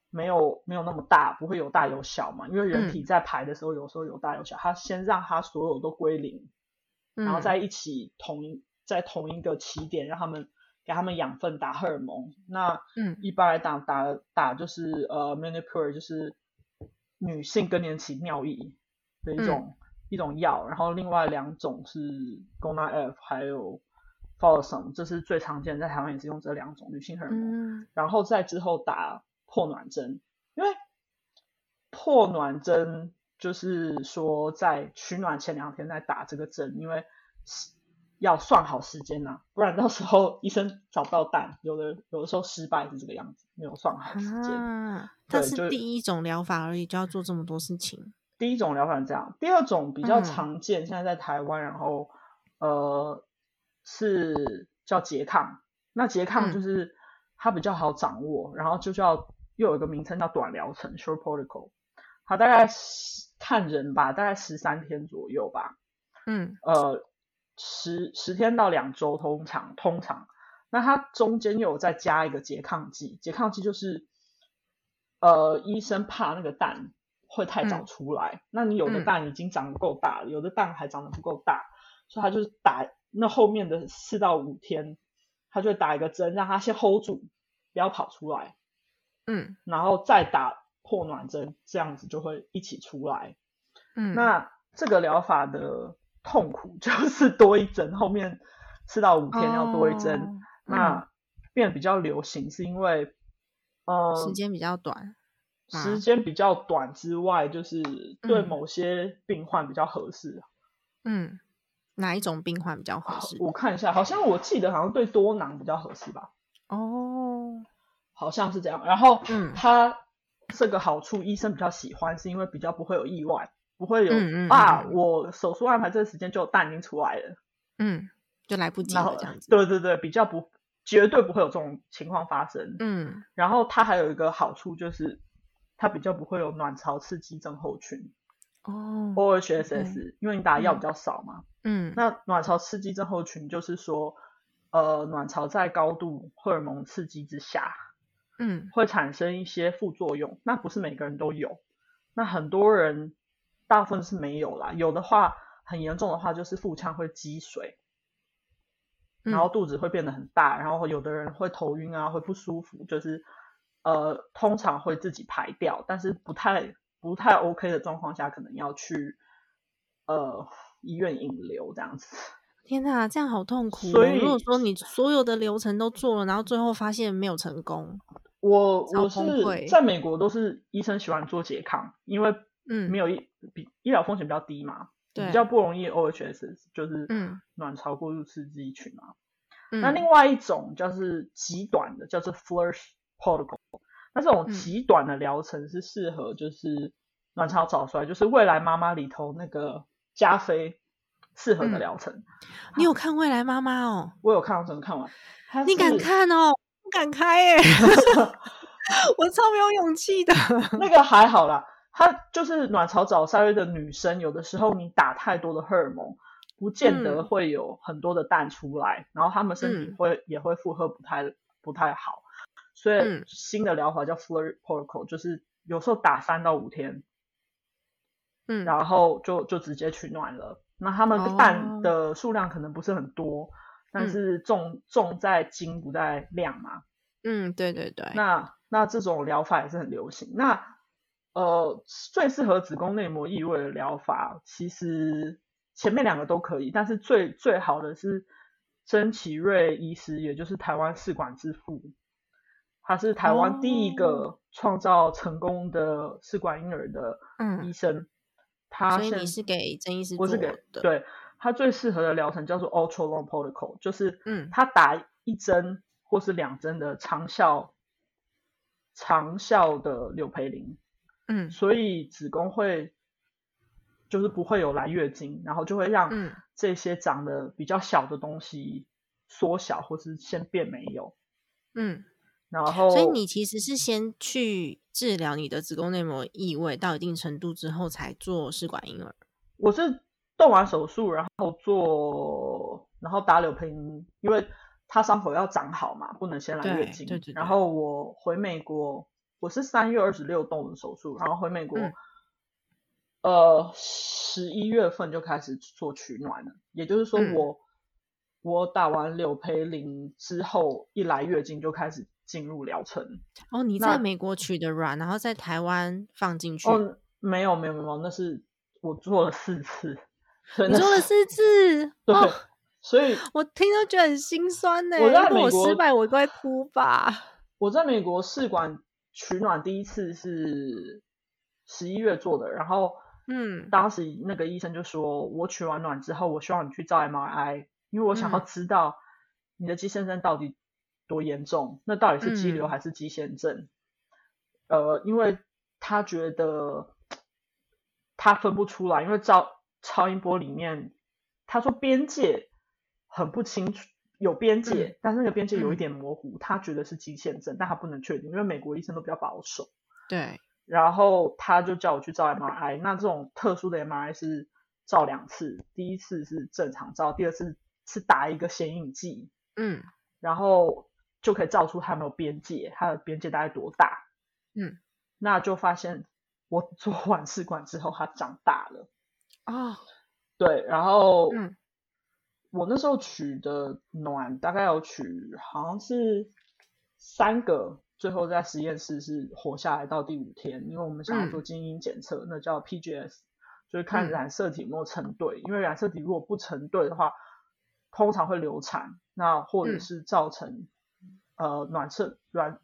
S2: 没有没有那么大，不会有大有小嘛。因为人
S1: 嗯
S2: 体在排的时候，有时候有大有小，它先让它所有都归零，然后
S1: 嗯
S2: 在一起同一在同一个起点，让他们给他们养分，打荷尔蒙。那
S1: 嗯
S2: 一般来讲打打就是呃 Manipure 就是女性更年期尿液的一种、一种药，然后另外两种是 g o n a F 还有 f o l s o m 这是最常见，在台湾也是用这两种女性荷尔蒙。
S1: 嗯
S2: 然后再之后打破卵针，因为破卵针就是说在取卵前两天再打这个针，因为是要算好时间呐、不然到时候 (laughs) 医生找不到蛋，有的有的时候失败是这个样子，没有算好时间。
S1: 啊，它
S2: 对
S1: 是
S2: 就
S1: 第一种疗法而已，就要做这么多事情。
S2: 第一种疗法是这样，第二种比较
S1: 嗯
S2: 常见，现在在台湾，然后呃是叫拮抗。那拮抗就是、它比较好掌握，然后就叫又有一个名称叫短疗程 （short protocol）。它大概是看人吧，大概十三天左右吧。
S1: 嗯
S2: 呃十十天到两周，通常通常，那它中间又有再加一个拮抗剂，拮抗剂就是呃医生怕那个蛋会太早
S1: 嗯
S2: 出来，那你有的
S1: 嗯
S2: 蛋已经长得够大了，有的蛋还长得不够大，所以他就是打那后面的四到五天，他就会打一个针让它先 hold 住，不要跑出来，
S1: 嗯
S2: 然后再打破卵针，这样子就会一起出来。
S1: 嗯，
S2: 那这个疗法的痛苦 (laughs) 就是多一针，后面四到五天要多一针。
S1: 哦
S2: 那变得比较流行是因为，呃，
S1: 时间比较短，吗
S2: 时间比较短之外，就是对
S1: 嗯
S2: 某些病患比较合适。
S1: 嗯，哪一种病患比较合
S2: 好
S1: 适？
S2: 我看一下，好像我记得好像对多囊比较合适吧，
S1: 哦，
S2: 好像是这样。然后，
S1: 嗯
S2: 它这个好处医生比较喜欢，是因为比较不会有意外，不会有、
S1: 嗯嗯
S2: 啊，
S1: 嗯
S2: 我手术安排这个时间就有蛋已经出来了。
S1: 嗯，就来不及
S2: 然
S1: 了
S2: 后
S1: 这样子。
S2: 对对对，比较不绝对不会有这种情况发生。
S1: 嗯
S2: 然后它还有一个好处就是，它比较不会有卵巢刺激症候群
S1: 哦
S2: （OHSS），、因为你打的药比较少嘛。
S1: 嗯
S2: 那卵巢刺激症候群就是说，呃，卵巢在高度荷尔蒙刺激之下
S1: 嗯
S2: 会产生一些副作用，那不是每个人都有，那很多人大部分是没有啦，有的话很严重的话就是腹腔会积水。
S1: 嗯
S2: 然后肚子会变得很大，然后有的人会头晕啊，会不舒服，就是呃，通常会自己排掉，但是不太不太 OK 的状况下，可能要去呃医院引流这样子。
S1: 天哪，这样好痛苦、哦。
S2: 所
S1: 如果
S2: 以
S1: 说你所有的流程都做了，然后最后发现没有成功，
S2: 我
S1: 超崩
S2: 我是
S1: 溃
S2: 在美国都是医生喜欢做拮抗，因为
S1: 嗯
S2: 没有医比医疗风险比较低嘛，
S1: 对
S2: 比较不容易 OHS 就是
S1: 嗯
S2: 卵巢过度刺激群嘛。
S1: 嗯，
S2: 那另外一种就是极短的，叫做 Flush Protocol。那这种
S1: 嗯
S2: 极短的疗程是适合就是卵巢早衰，就是未来妈妈里头那个加菲适合的
S1: 嗯
S2: 疗程。
S1: 你有看《未来妈妈》哦？
S2: 我有看，我整个看完。它
S1: 你敢
S2: 是？
S1: 看哦？不敢开
S2: (laughs)
S1: 耶、我超没有勇气的。 (laughs)
S2: 那个还好啦，它就是卵巢早衰的女生，有的时候你打太多的荷尔蒙，不见得
S1: 嗯
S2: 会有很多的蛋出来，然后她们身体
S1: 嗯
S2: 会、也会负荷不太不太好，所以
S1: 嗯
S2: 新的疗法叫 Flirt Protocol，就是有时候打三到五天，
S1: 嗯，
S2: 然后就就直接取暖了。那他
S1: 哦
S2: 们蛋的数量可能不是很多，但
S1: 嗯
S2: 是重重在斤不在量嘛，
S1: 嗯，对对对，
S2: 那那这种疗法也是很流行。那呃，最适合子宫内膜异位的疗法，其实前面两个都可以，但是最最好的是曾奇瑞医师，也就是台湾试管之父，他是台湾第
S1: 哦
S2: 一个创造成功的试管婴儿的医
S1: 嗯，
S2: 生。他
S1: 所以
S2: 现
S1: 你是给曾医师
S2: 我是
S1: 做
S2: 给
S1: 的
S2: 对他最适合的疗程叫做 Ultra Long Protocol，就是
S1: 嗯
S2: 他打一针或是两针的长效长效的柳培林，
S1: 嗯
S2: 所以子宫会就是不会有来月经，然后就会让
S1: 嗯
S2: 这些长得比较小的东西缩小或是先变没有，
S1: 嗯，
S2: 然后
S1: 所以你其实是先去治疗你的子宫内膜异位到一定程度之后，才做试管婴儿。
S2: 我是动完手术，然后做，然后打柳培因，因为它伤口要长好嘛，不能先来月
S1: 对
S2: 经。
S1: 对对对
S2: 然后我回美国，我是三月二十六动的手术，然后回美国，
S1: 嗯
S2: 呃，十一月份就开始做取卵了。也就是说
S1: 嗯
S2: 我我打完柳培林之后，一来月经就开始进入疗程。
S1: 哦，你
S2: 那
S1: 在美国取的卵，然后在台湾放进去，
S2: 哦，没有没有没有，那是我做了四次， (laughs) 所以
S1: 你
S2: 那
S1: 做了
S2: 是
S1: 四次
S2: 对，
S1: 哦，
S2: 所以
S1: 我听都觉得很心酸呢、
S2: 我在
S1: 如果
S2: 美
S1: 我
S2: 国
S1: 失败，我该哭吧。
S2: 我在美国试管取暖第一次是十一月做的，然后
S1: 嗯
S2: 当时那个医生就说，我取完暖之后，我希望你去照 MRI，因为我想要
S1: 嗯
S2: 知道你的肌腺症到底多严重，那到底是肌瘤
S1: 嗯
S2: 还是肌腺症？呃，因为他觉得他分不出来，因为照超音波里面，他说边界很不清楚。有边界，但是那个边界有一
S1: 嗯
S2: 点模糊，他觉得是肌腺症，但他不能确定，因为美国医生都比较保守。
S1: 对，
S2: 然后他就叫我去照 MRI。那这种特殊的 MRI 是照两次，第一次是正常照，第二次是打一个显影剂，
S1: 嗯
S2: 然后就可以照出它有没有边界，它的边界大概多大。
S1: 嗯，
S2: 那就发现我做完试管之后，它长大了。
S1: 哦，
S2: 对，然后
S1: 嗯
S2: 我那时候取的卵大概有取好像是三个，最后在实验室是活下来到第五天，因为我们想要
S1: 嗯
S2: 做基因检测，那叫 PGS，就是看
S1: 嗯
S2: 染色体有没有成对，因为染色体如果不成对的话，通常会流产，那或者
S1: 嗯
S2: 是造成、呃暖色软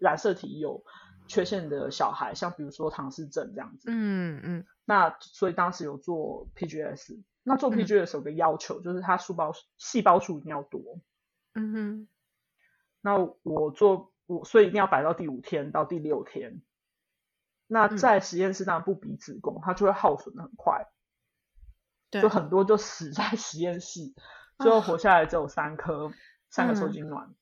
S2: 染色体有缺陷的小孩，像比如说唐氏症这样子，
S1: 嗯嗯
S2: 那所以当时有做 PGS，那做
S1: 嗯
S2: PGS 有个要求，就是它细胞细胞数一定要多。
S1: 嗯哼，
S2: 那我做我所以一定要摆到第五天到第六天。那
S1: 嗯
S2: 在实验室当然不比子宫，它就会耗损的很快，
S1: 对，
S2: 就很多就死在实验室，最后
S1: 啊
S2: 活下来只有三颗三个受
S1: 嗯
S2: 精卵。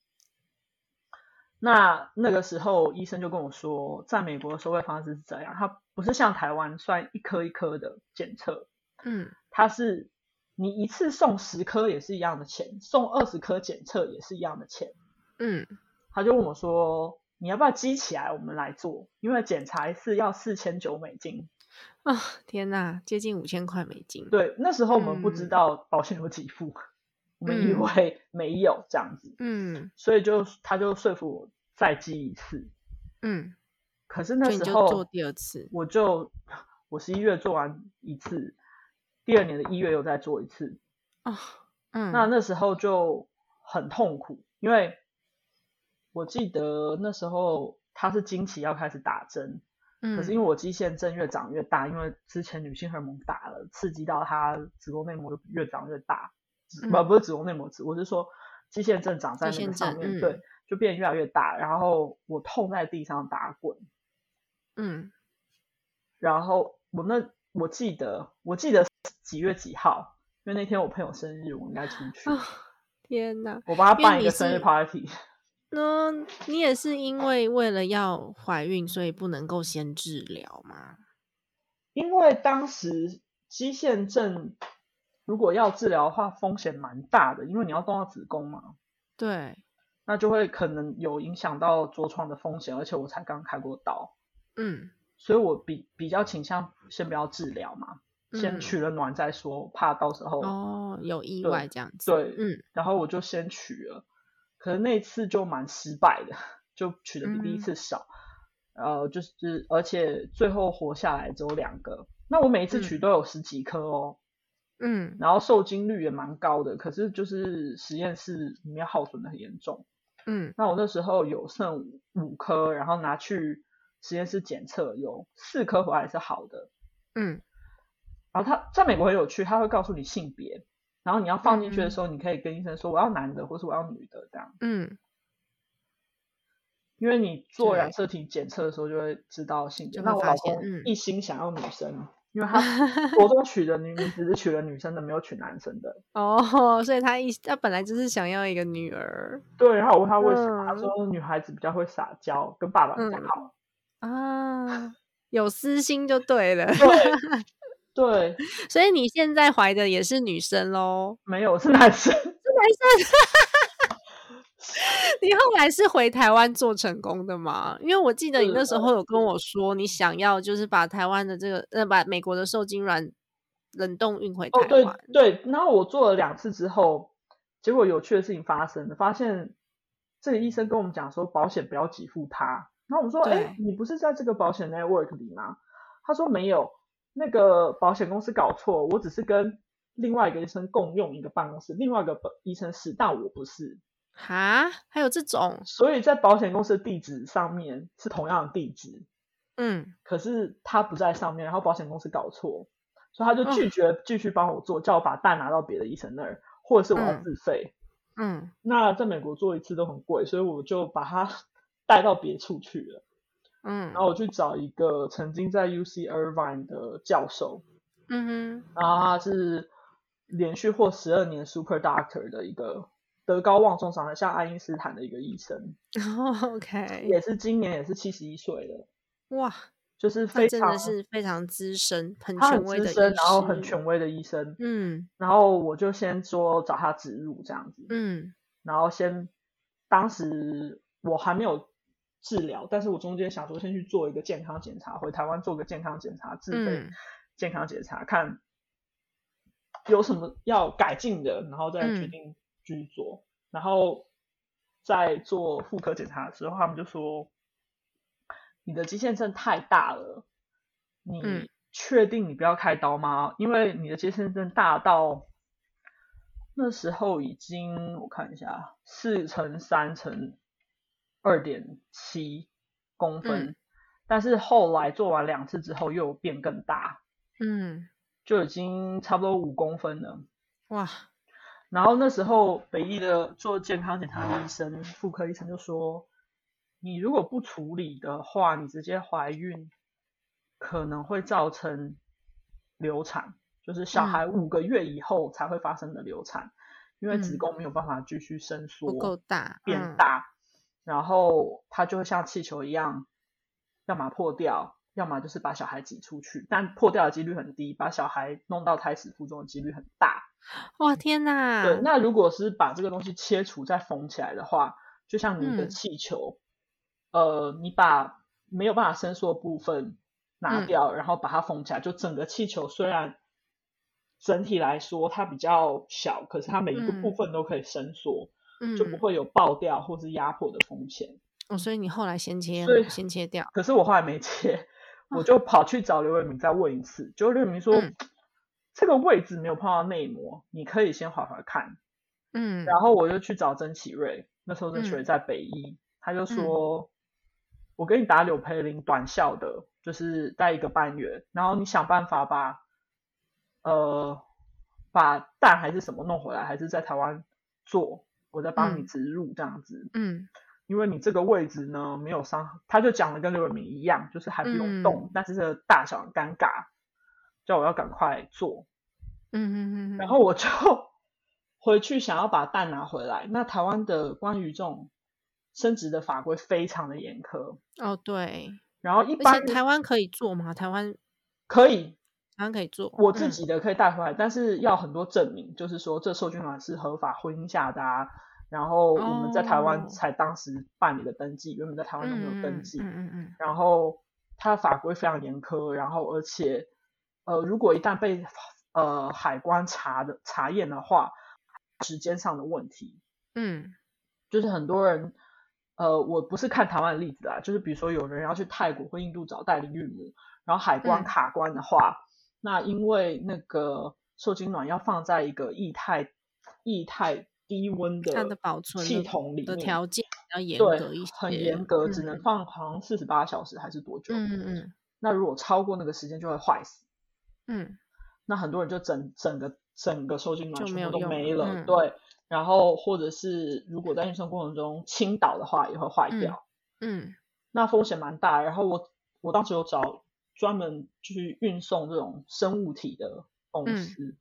S2: 那那个时候医生就跟我说，在美国的收费方式是这样，它不是像台湾算一颗一颗的检测，
S1: 嗯
S2: 它是你一次送十颗也是一样的钱，送二十颗检测也是一样的钱。
S1: 嗯
S2: 他就问我说：“你要不要积起来，我们来做？因为检查一次要四千九美金。
S1: 啊、天哪，接近五千块美金。”，
S2: 对，那时候我们不知
S1: 嗯
S2: 道保险有给付，我们以
S1: 嗯
S2: 为没有这样子，
S1: 嗯
S2: 所以就他就说服我再积一次。
S1: 嗯，
S2: 可是
S1: 所
S2: 那
S1: 以你
S2: 时
S1: 就
S2: 候
S1: 做第二次。
S2: 我就我十一月做完一次，第二年的一月又再做一次，
S1: 哦，嗯，
S2: 那那时候就很痛苦，因为我记得那时候他是经期要开始打针，可是因
S1: 为
S2: 为我肌腺症越长越大，因为之前女性荷尔蒙打了，刺激到她子宫内膜就越长越大，子不、
S1: 嗯
S2: 不是子宫内膜，子我是说肌腺症长在
S1: 肌
S2: 那个
S1: 腺
S2: 上
S1: 症
S2: 面，
S1: 嗯
S2: 对，就变得越来越大，然后我痛在地上打滚，
S1: 嗯
S2: 然后我那我记得我记得几月几号，因为那天我朋友生日，我应该出去，
S1: 啊、天哪，
S2: 我帮他
S1: 因为
S2: 办一
S1: 你
S2: 个生日
S1: 是
S2: party。
S1: 那你也是因为为了要怀孕，所以不能够先治疗吗？
S2: 因为当时肌腺症如果要治疗的话，风险蛮大的，因为你要动到子宫嘛，
S1: 对，
S2: 那就会可能有影响到着床的风险，而且我才刚开过刀，
S1: 嗯，
S2: 所以我比比较倾向先不要治疗嘛，先
S1: 嗯
S2: 取了卵再说，怕到时候、
S1: 哦，有意
S2: 对
S1: 外这样子。
S2: 对
S1: 嗯
S2: 然后我就先取了，可是那次就蛮失败的，就取的比第一
S1: 嗯
S2: 次少，呃，就是而且最后活下来只有两个，那我每一次取都有十几颗哦。
S1: 嗯
S2: 然后受精率也蛮高的，可是就是实验室里面耗损的很严重。
S1: 嗯
S2: 那我那时候有剩五五颗，然后拿去实验室检测，有四颗回来是好的。
S1: 嗯
S2: 然后他在美国很有趣，他会告诉你性别，然后你要放进去的时候，你可以跟医生说我要男的，或是我要女的这样，
S1: 嗯，
S2: 因为你做
S1: 对
S2: 染色体检测的时候就会知道性别。
S1: 就会
S2: 那我
S1: 发
S2: 老
S1: 现
S2: 公
S1: 嗯
S2: 一心想要女生，因
S1: (laughs)
S2: 为他国中取的女，只是取了女生的，没有取男生的。
S1: 哦， (laughs) 所以他一他本来就是想要一个女儿
S2: 对，然后我问他为什么，他
S1: 嗯
S2: 说女孩子比较会撒娇，跟爸爸比较
S1: 嗯
S2: 好。
S1: (laughs) 啊，有私心就对了。 (laughs)
S2: 对，
S1: 所以你现在怀的也是女生喽？
S2: 没有是男生，
S1: (laughs) 你后来是回台湾做成功的吗？因为我记得你
S2: 是
S1: 那时
S2: 的
S1: 候有跟我说，你想要就是把台湾的这个呃，把美国的受精卵冷冻运回
S2: 哦
S1: 台
S2: (laughs) 对
S1: 湾。
S2: 对。然后我做了两次之后，结果有趣的事情发生了，发现这个医生跟我们讲说保险不要给付他，然后我们说，
S1: 对
S2: 哎，你不是在这个保险 network 里吗？他说没有，那个保险公司搞错，我只是跟另外一个医生共用一个办公室，另外一个保医生是，但我不是，
S1: 哈，还有这种，
S2: 所以在保险公司的地址上面是同样的地址，
S1: 嗯，
S2: 可是他不在上面，然后保险公司搞错，所以他就
S1: 嗯
S2: 拒绝继续帮我做，叫我把蛋拿到别的医生那儿，或者是我要
S1: 嗯
S2: 自费。
S1: 嗯，
S2: 那在美国做一次都很贵，所以我就把它 (laughs) 带到别处去了。
S1: 嗯，
S2: 然后我去找一个曾经在 UC Irvine 的教授，
S1: 嗯哼， (laughs)
S2: 然后他是连续获十二年 Super Doctor 的一个德高望重、长得像爱因斯坦的一个医生，
S1: 然后哦 OK，
S2: 也是今年也是七十一岁了，
S1: 哇，
S2: 就是
S1: 那
S2: 非
S1: 真
S2: 常
S1: 的是非常资深、很
S2: 他
S1: 权
S2: 很
S1: 威
S2: 资
S1: 的医
S2: 深，然后很
S1: 师
S2: 权威的医生。
S1: 嗯
S2: 然后我就先说找他植入这样子，
S1: 嗯
S2: 然后先当时我还没有治疗，但是我中间想说先去做一个健康检查，回台湾做个健康检查，自费
S1: 嗯
S2: 健康检查，看有什么要改进的，然后再决
S1: 嗯
S2: 定继续做。然后在做妇科检查的时候，他们就说你的肌腺症太大了，你
S1: 嗯
S2: 确定你不要开刀吗？因为你的接线症大到那时候已经我看一下，四乘三乘二点七公分，
S1: 嗯
S2: 但是后来做完两次之后又变更大，
S1: 嗯，
S2: 就已经差不多五公分了。
S1: 哇，
S2: 然后那时候北医的做健康检查的医生，妇科医生就说，你如果不处理的话，你直接怀孕可能会造成流产，就是小
S1: 嗯
S2: 孩五个月以后才会发生的流产，因为子
S1: 嗯
S2: 宫没有办法继续伸缩，
S1: 不够大，
S2: 变
S1: 嗯，
S2: 大，然后它就会像气球一样，要么破掉，要么就是把小孩挤出去，但破掉的几率很低，把小孩弄到胎死腹中的几率很大。
S1: 哇，天哪，
S2: 对，那如果是把这个东西切除再缝起来的话，就像你的
S1: 嗯
S2: 气球，呃，你把没有办法伸缩的部分拿
S1: 嗯
S2: 掉，然后把它缝起来，就整个气球虽然整体来说它比较小，可是它每一个部
S1: 嗯
S2: 分都可以伸缩，就不
S1: 嗯，
S2: 会有爆掉或是压迫的风险。
S1: 哦，所以你后来先切
S2: 所以，
S1: 先切掉，
S2: 可是我后来
S1: (laughs)
S2: 没切，我就跑去找刘伟明再问一次，结果刘伟明说、
S1: 哦嗯
S2: 这个位置没有碰到内膜，你可以先缓缓看。
S1: 嗯
S2: 然后我就去找曾启瑞，那时候曾启瑞
S1: 嗯
S2: 在北医，他就说，我给你打柳培林短效的，就是待一个半月，然后你想办法把，呃，把蛋还是什么弄回来，还是在台湾做，我再帮你
S1: 嗯
S2: 植入这样子，
S1: 嗯
S2: 因为你这个位置呢没有伤，他就讲的跟刘伟明一样，就是还不用
S1: 嗯
S2: 动，但是这个大小很尴尬，叫我要赶快做，
S1: 嗯嗯嗯，
S2: 然后我就 (laughs) 回去想要把蛋拿回来。那台湾的关于这种生殖的法规非常的严苛，
S1: 哦对，
S2: 然后一
S1: 而
S2: 般
S1: 且台湾可以做吗？台湾
S2: 可以
S1: 台湾可以做，
S2: 我自
S1: 嗯
S2: 己的可以带回来，但是要很多证明，就是说这受精卵是合法婚姻下的啊。然后我们在台
S1: 哦
S2: 湾才当时办理的登记，原本在台湾都没有
S1: 嗯
S2: 登
S1: 嗯
S2: 记。
S1: 嗯嗯嗯，
S2: 然后它的法规非常严苛，然后而且呃，如果一旦被呃海关查的查验的话，时间上的问题，
S1: 嗯
S2: 就是很多人，呃，我不是看台湾的例子啊，就是比如说有人要去泰国或印度找代理孕母，然后海关
S1: 嗯
S2: 卡关的话，那因为那个受精卵要放在一个液态液态低温
S1: 它的
S2: 的
S1: 保存
S2: 系
S1: 的
S2: 统里
S1: 的
S2: 面，
S1: 条件比较严
S2: 对
S1: 格一些，
S2: 很严格，只
S1: 嗯
S2: 能放好像四十八小时还是多久？
S1: 嗯嗯
S2: 那如果超过那个时间就会坏死。
S1: 嗯
S2: 那很多人就整整个整个受精卵
S1: 就没
S2: 全
S1: 有
S2: 部都
S1: 用了
S2: 没了，
S1: 嗯
S2: 对。然后或者是如果在运送过程中倾倒的话，也会坏
S1: 嗯
S2: 掉，
S1: 嗯
S2: 那风险蛮大。然后我我当时有找专门去运送这种生物体的公
S1: 嗯
S2: 司，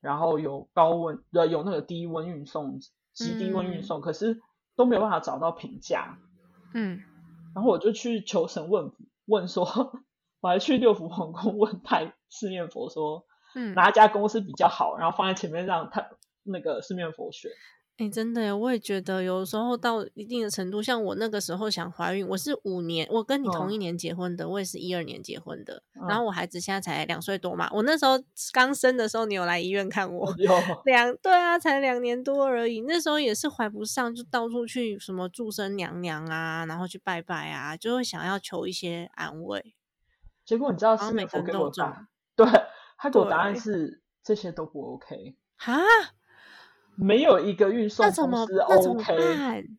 S2: 然后有高温呃有那个低温运送、极低温运
S1: 嗯
S2: 送，可是都没有办法找到评价。
S1: 嗯
S2: 然后我就去求神问卜，问说， (laughs) 我还去六福皇宫问太四面佛说，
S1: 嗯嗯，
S2: 哪一家公司比较好，然后放在前面让他那个四面佛选。
S1: 哎、真的耶，我也觉得有时候到一定的程度，像我那个时候想怀孕，我是五年，我跟你同一年结婚的，我也是一二年结婚的，然后我孩子现在才两岁多嘛，我那时候刚生的时候，你有来医院看我， (laughs)
S2: 有
S1: 两对啊，才两年多而已，那时候也是怀不上，就到处去什么祝生娘娘啊，然后去拜拜啊，就会想要求一些安慰。
S2: (laughs) 结果你知道
S1: 然后
S2: 师
S1: 每个
S2: 傅
S1: 人
S2: 给
S1: 都
S2: 我
S1: 有
S2: 的答
S1: 中
S2: 案，对他给我答案
S1: 对
S2: 是这些都不 OK，
S1: 啊，
S2: 没有一个运送
S1: 那怎
S2: 公
S1: 么
S2: 司
S1: 那怎么
S2: OK。
S1: 办？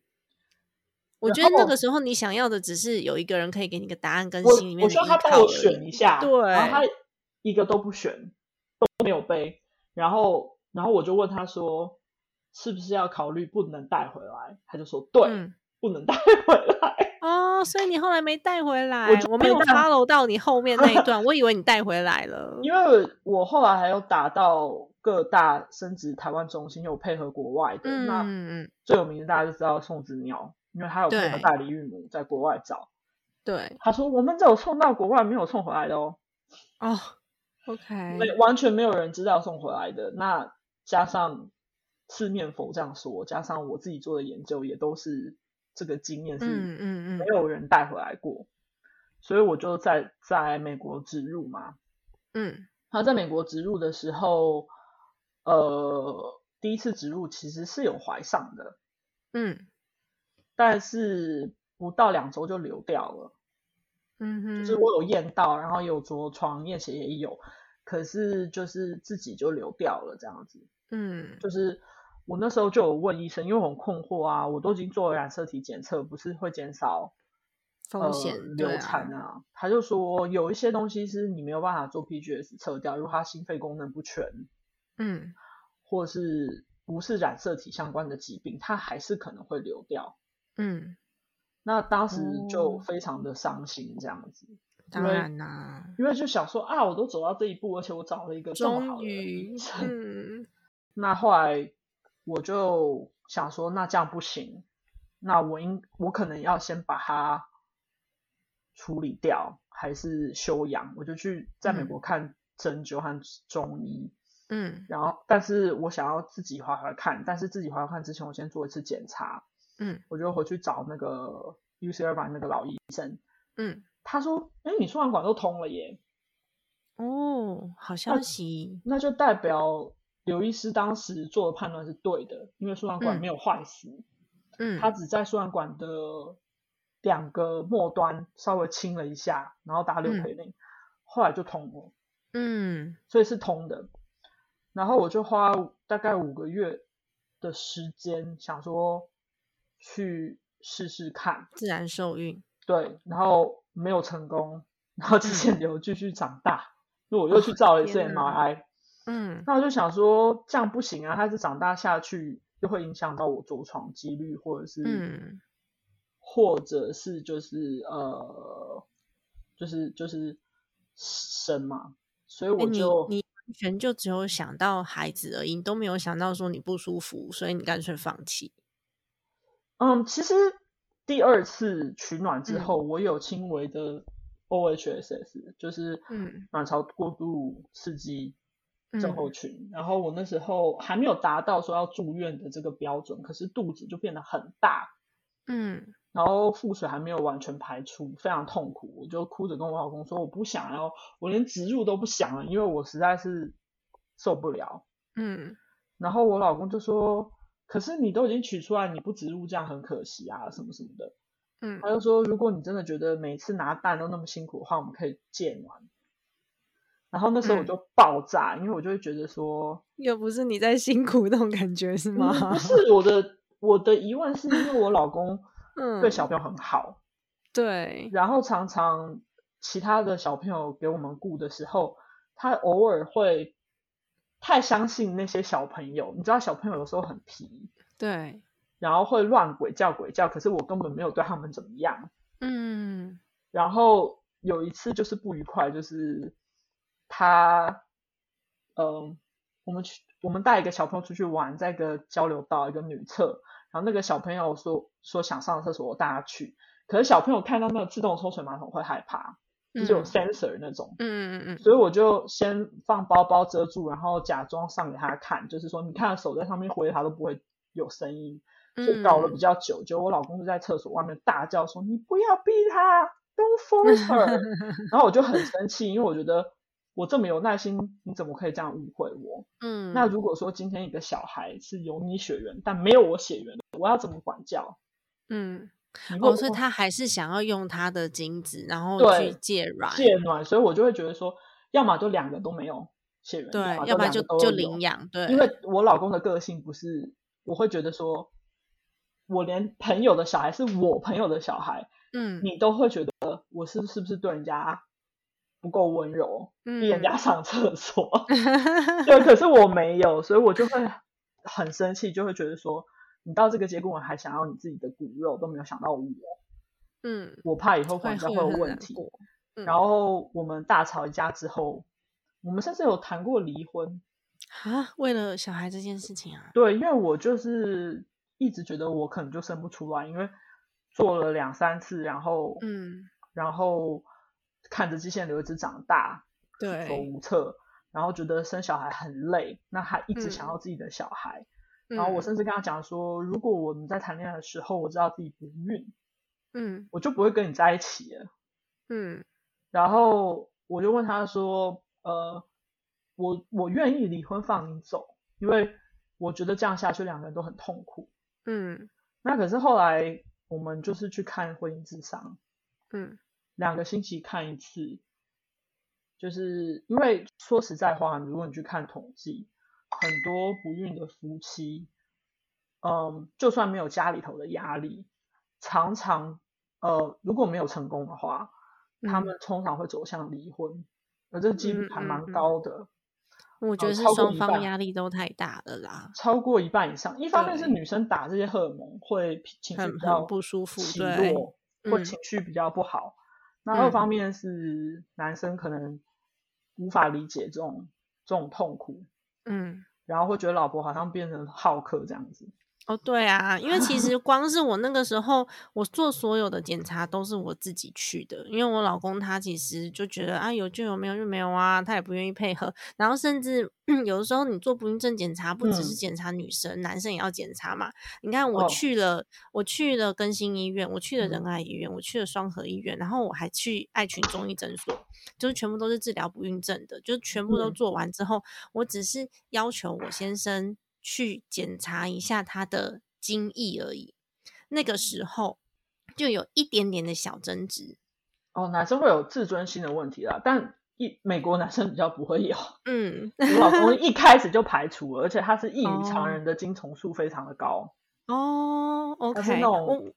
S1: 我
S2: 然
S1: 觉得那
S2: 后
S1: 个时候你想要的只是有一个人可以给你个答案跟
S2: 我
S1: 心里面
S2: 我
S1: 的
S2: 希望
S1: 依
S2: 他帮
S1: 靠
S2: 我
S1: 而
S2: 选
S1: 已
S2: 一下，然后他
S1: 对
S2: 一个都不选，都没有背，然后然后我就问他说，是不是要考虑不能带回来？他就说对，
S1: 嗯
S2: 不能带回来。
S1: 哦，所以你后来没带回来，
S2: 就
S1: 我没有
S2: 没带
S1: follow 到你后面那一
S2: (laughs)
S1: 段，我以为你带回来了。嗯
S2: 因为我后来还有打到各大升值台湾中心，有配合国外的，
S1: 嗯
S2: 那
S1: 嗯，嗯
S2: 最有名的大家就知道宋子鸟，因为他有配合
S1: 对
S2: 代理孕母在国外找，
S1: 对
S2: 他说我们只有送到国外，没有送回来的哦。
S1: 哦，OK，
S2: 没完全没有人知道送回来的。那加上四面佛这样说，加上我自己做的研究，也都是这个经验是
S1: 嗯嗯
S2: 没
S1: 嗯
S2: 有人带回来过，所以我就在在美国植入嘛。
S1: 嗯，
S2: 然后在美国植入的时候，呃，第一次植入其实是有怀上的，
S1: 嗯
S2: 但是不到两周就流掉了。
S1: 嗯
S2: 就
S1: 哼，
S2: 是我有验到，然后也有着床，验血也有，可是就是自己就流掉了这样子。
S1: 嗯
S2: 就是我那时候就有问医生，因为我很困惑啊，我都已经做了染色体检测，不是会减少
S1: 风险
S2: 呃、
S1: 对
S2: 流
S1: 啊
S2: 产，啊？他就说有一些东西是你没有办法做 PGS 测掉，如果他心肺功能不全，
S1: 嗯
S2: 或是不是染色体相关的疾病，他还是可能会流掉。
S1: 嗯，
S2: 那当时就
S1: 哦
S2: 非常的伤心，这样子，
S1: 当
S2: 因为
S1: 然啦，
S2: 因为就想说啊，我都走到这一步，而且我找了一个这么好
S1: 终
S2: 的
S1: 于
S2: 医生， (laughs)
S1: 嗯
S2: 那后来我就想说，那这样不行，那我应我可能要先把它处理掉，还是休养？我就去在美
S1: 嗯
S2: 国看针灸和中医，
S1: 嗯
S2: 然后但是我想要自己划划看，但是自己划划看之前，我先做一次检查，
S1: 嗯
S2: 我就回去找那个 U C 二班那个老医生，
S1: 嗯，
S2: 他说，哎，你输卵管都通了耶，
S1: 哦，好消息，
S2: 那就代表。刘医师当时做的判断是对的，因为输卵管
S1: 嗯
S2: 没有坏死，
S1: 嗯
S2: 他只在输卵管的两个末端稍微清了一下，然后打柳培林，后来就通了，
S1: 嗯
S2: 所以是通的。然后我就花大概五个月的时间，想说去试试看，
S1: 自然受孕，
S2: 对，然后没有成功，然后之前瘤继续长大，所以我又去照了一次
S1: 嗯天哪
S2: MRI，
S1: 嗯
S2: 那我就想说这样不行啊，它是长大下去又会影响到我着床几率，或者是
S1: 嗯
S2: 或者是就是呃，就是就是生嘛，所以
S1: 哎
S2: 我
S1: 你
S2: 就、
S1: 你完全就只有想到孩子而已，你都没有想到说你不舒服，所以你干脆放弃。
S2: 嗯，其实第二次取卵之
S1: 嗯
S2: 后，我有轻微的 OHSS，就是
S1: 嗯
S2: 卵巢过度刺激症
S1: 嗯
S2: 候群，然后我那时候还没有达到说要住院的这个标准，可是肚子就变得很大，
S1: 嗯
S2: 然后腹水还没有完全排出，非常痛苦。我就哭着跟我老公说，我不想要，我连植入都不想了，因为我实在是受不了。
S1: 嗯
S2: 然后我老公就说，可是你都已经取出来，你不植入这样很可惜啊，什么什么的。
S1: 嗯
S2: 他就说，如果你真的觉得每次拿蛋都那么辛苦的话，我们可以戒卵。然后那时候我
S1: 嗯
S2: 就爆炸，因为我就会觉得说，
S1: 又不是你在辛苦那种感觉是 (laughs) 吗？
S2: 嗯不是我的我的疑问是因为我老公
S1: (laughs) 嗯，
S2: 对小朋友很好，
S1: 对，
S2: 然后常常其他的小朋友给我们顾的时候，他偶尔会太相信那些小朋友。你知道小朋友有时候很皮，
S1: 对，
S2: 然后会乱鬼叫鬼叫，可是我根本没有对他们怎么样。
S1: 嗯
S2: 然后有一次就是不愉快，就是他，嗯、我们去我们带一个小朋友出去玩，在一个交流道一个女厕，然后那个小朋友说说想上厕所，我带他去，可是小朋友看到那个自动抽水马桶会害怕，就是有
S1: 嗯
S2: sensor 那种。
S1: 嗯嗯嗯
S2: 所以我就先放包包遮住，然后假装上给他看，就是说你看手在上面挥，他都不会有声音，所以搞了
S1: 嗯
S2: 比较久。结果我老公就在厕所外面大叫说：“你不要逼他，Don't
S1: (laughs)
S2: force her。”然后我就很生气，因为我觉得我这么有耐心，你怎么可以这样误会我？
S1: 嗯，
S2: 那如果说今天一个小孩是有你血缘，但没有我血缘，我要怎么管教？
S1: 嗯，
S2: 你会
S1: 哦，
S2: 不
S1: 所以
S2: 会
S1: 他还是想要用他的精子，然后
S2: 对
S1: 去借卵，
S2: 借暖，所以我就会觉得说，要么就两个都没有血缘，
S1: 对，要
S2: 么就
S1: 不然
S2: 两
S1: 就
S2: 个都
S1: 就
S2: 有
S1: 领养，对，
S2: 因为我老公的个性不是，我会觉得说，我连朋友的小孩是我朋友的小孩，
S1: 嗯
S2: 你都会觉得我是是不是对人家不够温柔，逼人
S1: 嗯，
S2: 家上厕所。 (laughs) 对，可是我没有，所以我就会很生气，就会觉得说，你到这个节骨眼还想要你自己的骨肉，都没有想到我，
S1: 嗯，
S2: 我怕以后
S1: 会
S2: 管教
S1: 会
S2: 会有
S1: 很
S2: 问
S1: 难
S2: 题。
S1: 过，嗯
S2: 然后我们大吵一架之后，我们甚至有谈过离婚。
S1: 啊，为了小孩这件事情啊，
S2: 对，因为我就是一直觉得我可能就生不出来，因为做了两三次，然后
S1: 嗯，
S2: 然后看着季羡流一直长大，手
S1: 对，
S2: 无策，然后觉得生小孩很累，那他一直想
S1: 嗯
S2: 要自己的小孩。然后我
S1: 嗯
S2: 甚至跟他讲说，如果我们在谈恋爱的时候我知道自己不孕，
S1: 嗯
S2: 我就不会跟你在一起了。
S1: 嗯
S2: 然后我就问他说，呃，我我愿意离婚放你走，因为我觉得这样下去两个人都很痛苦。
S1: 嗯
S2: 那可是后来我们就是去看婚姻智商，
S1: 嗯
S2: 两个星期看一次，就是因为说实在话，如果你去看统计，很多不孕的夫妻，嗯，就算没有家里头的压力，常常呃如果没有成功的话，他
S1: 嗯
S2: 们通常会走向离婚，而这几率还
S1: 嗯嗯
S2: 蛮
S1: 嗯
S2: 高的。
S1: 我觉
S2: 呃
S1: 得是
S2: 超过
S1: 双
S2: 一
S1: 方
S2: 半
S1: 压力都太大了啦，
S2: 超过一半以上。一方面是
S1: 对
S2: 女生打这些荷尔蒙会脾情绪
S1: 很
S2: 比
S1: 很
S2: 较
S1: 不舒服
S2: 起
S1: 对
S2: 落，或
S1: 嗯
S2: 情绪比较不好。那二
S1: 嗯
S2: 方面是男生可能无法理解这种这种痛苦，
S1: 嗯。
S2: 然后会觉得老婆好像变成好客这样子。
S1: 哦，对啊，因为
S2: (laughs)
S1: 其实光是我那个时候，我做所有的检查都是我自己去的，因为我老公他其实就觉得啊有就有，没有就没有啊，他也不愿意配合。然后甚至 (clears throat) 有的时候你做不孕症检查，不只是
S2: 嗯
S1: 检查女生，男生也要检查嘛。你看我
S2: 哦
S1: 去了，我去了更新医院，我去了仁
S2: 嗯
S1: 爱医院，我去了双河医院，然后我还去爱群中医诊所，就是全部都是治疗不孕症的，就全部都
S2: 嗯
S1: 做完之后，我只是要求我先生去检查一下他的精液而已。那个
S2: 嗯
S1: 时候就有一点点的小争执，
S2: 哦，男生会有自尊心的问题啦，但一美国男生比较不
S1: (laughs)
S2: 会有。
S1: 嗯，
S2: 我老公一开始就排除了，而且他是异于
S1: 哦
S2: 常人的精虫数非常的高，
S1: 哦
S2: 他是
S1: ，OK，
S2: 那
S1: 我
S2: 种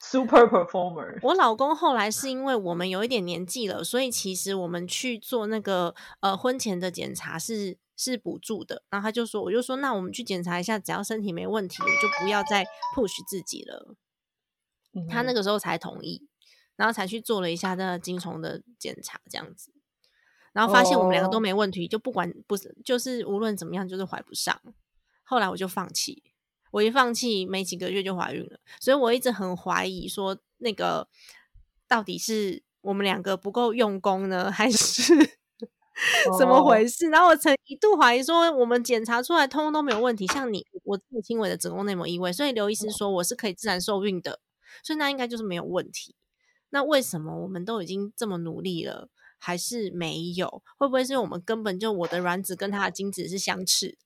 S2: super performer。
S1: 我老公后来是因为我们有一点年纪了，所以其实我们去做那个呃婚前的检查是是补助的。然后他就说，我就说那我们去检查一下，只要身体没问题，我就不要再 push 自己了。他那
S2: 嗯
S1: 个时候才同意，然后才去做了一下那个精虫的检查，这样子。然后发现我们两个都
S2: 哦
S1: 没问题，就不管不是就是无论怎么样就是怀不上。后来我就放弃，我一放弃没几个月就怀孕了，所以我一直很怀疑说那个到底是我们两个不够用功呢，还是 (laughs) 怎么
S2: 哦
S1: 回事？然后我曾一度怀疑说我们检查出来通通都没有问题，像你我自己轻微的子宫内膜异位，所以刘医师说我是可以自然受孕的，所以那应该就是没有问题。那为什么我们都已经这么努力了，还是没有？会不会是因为我们根本就我的卵子跟他的精子是相斥的？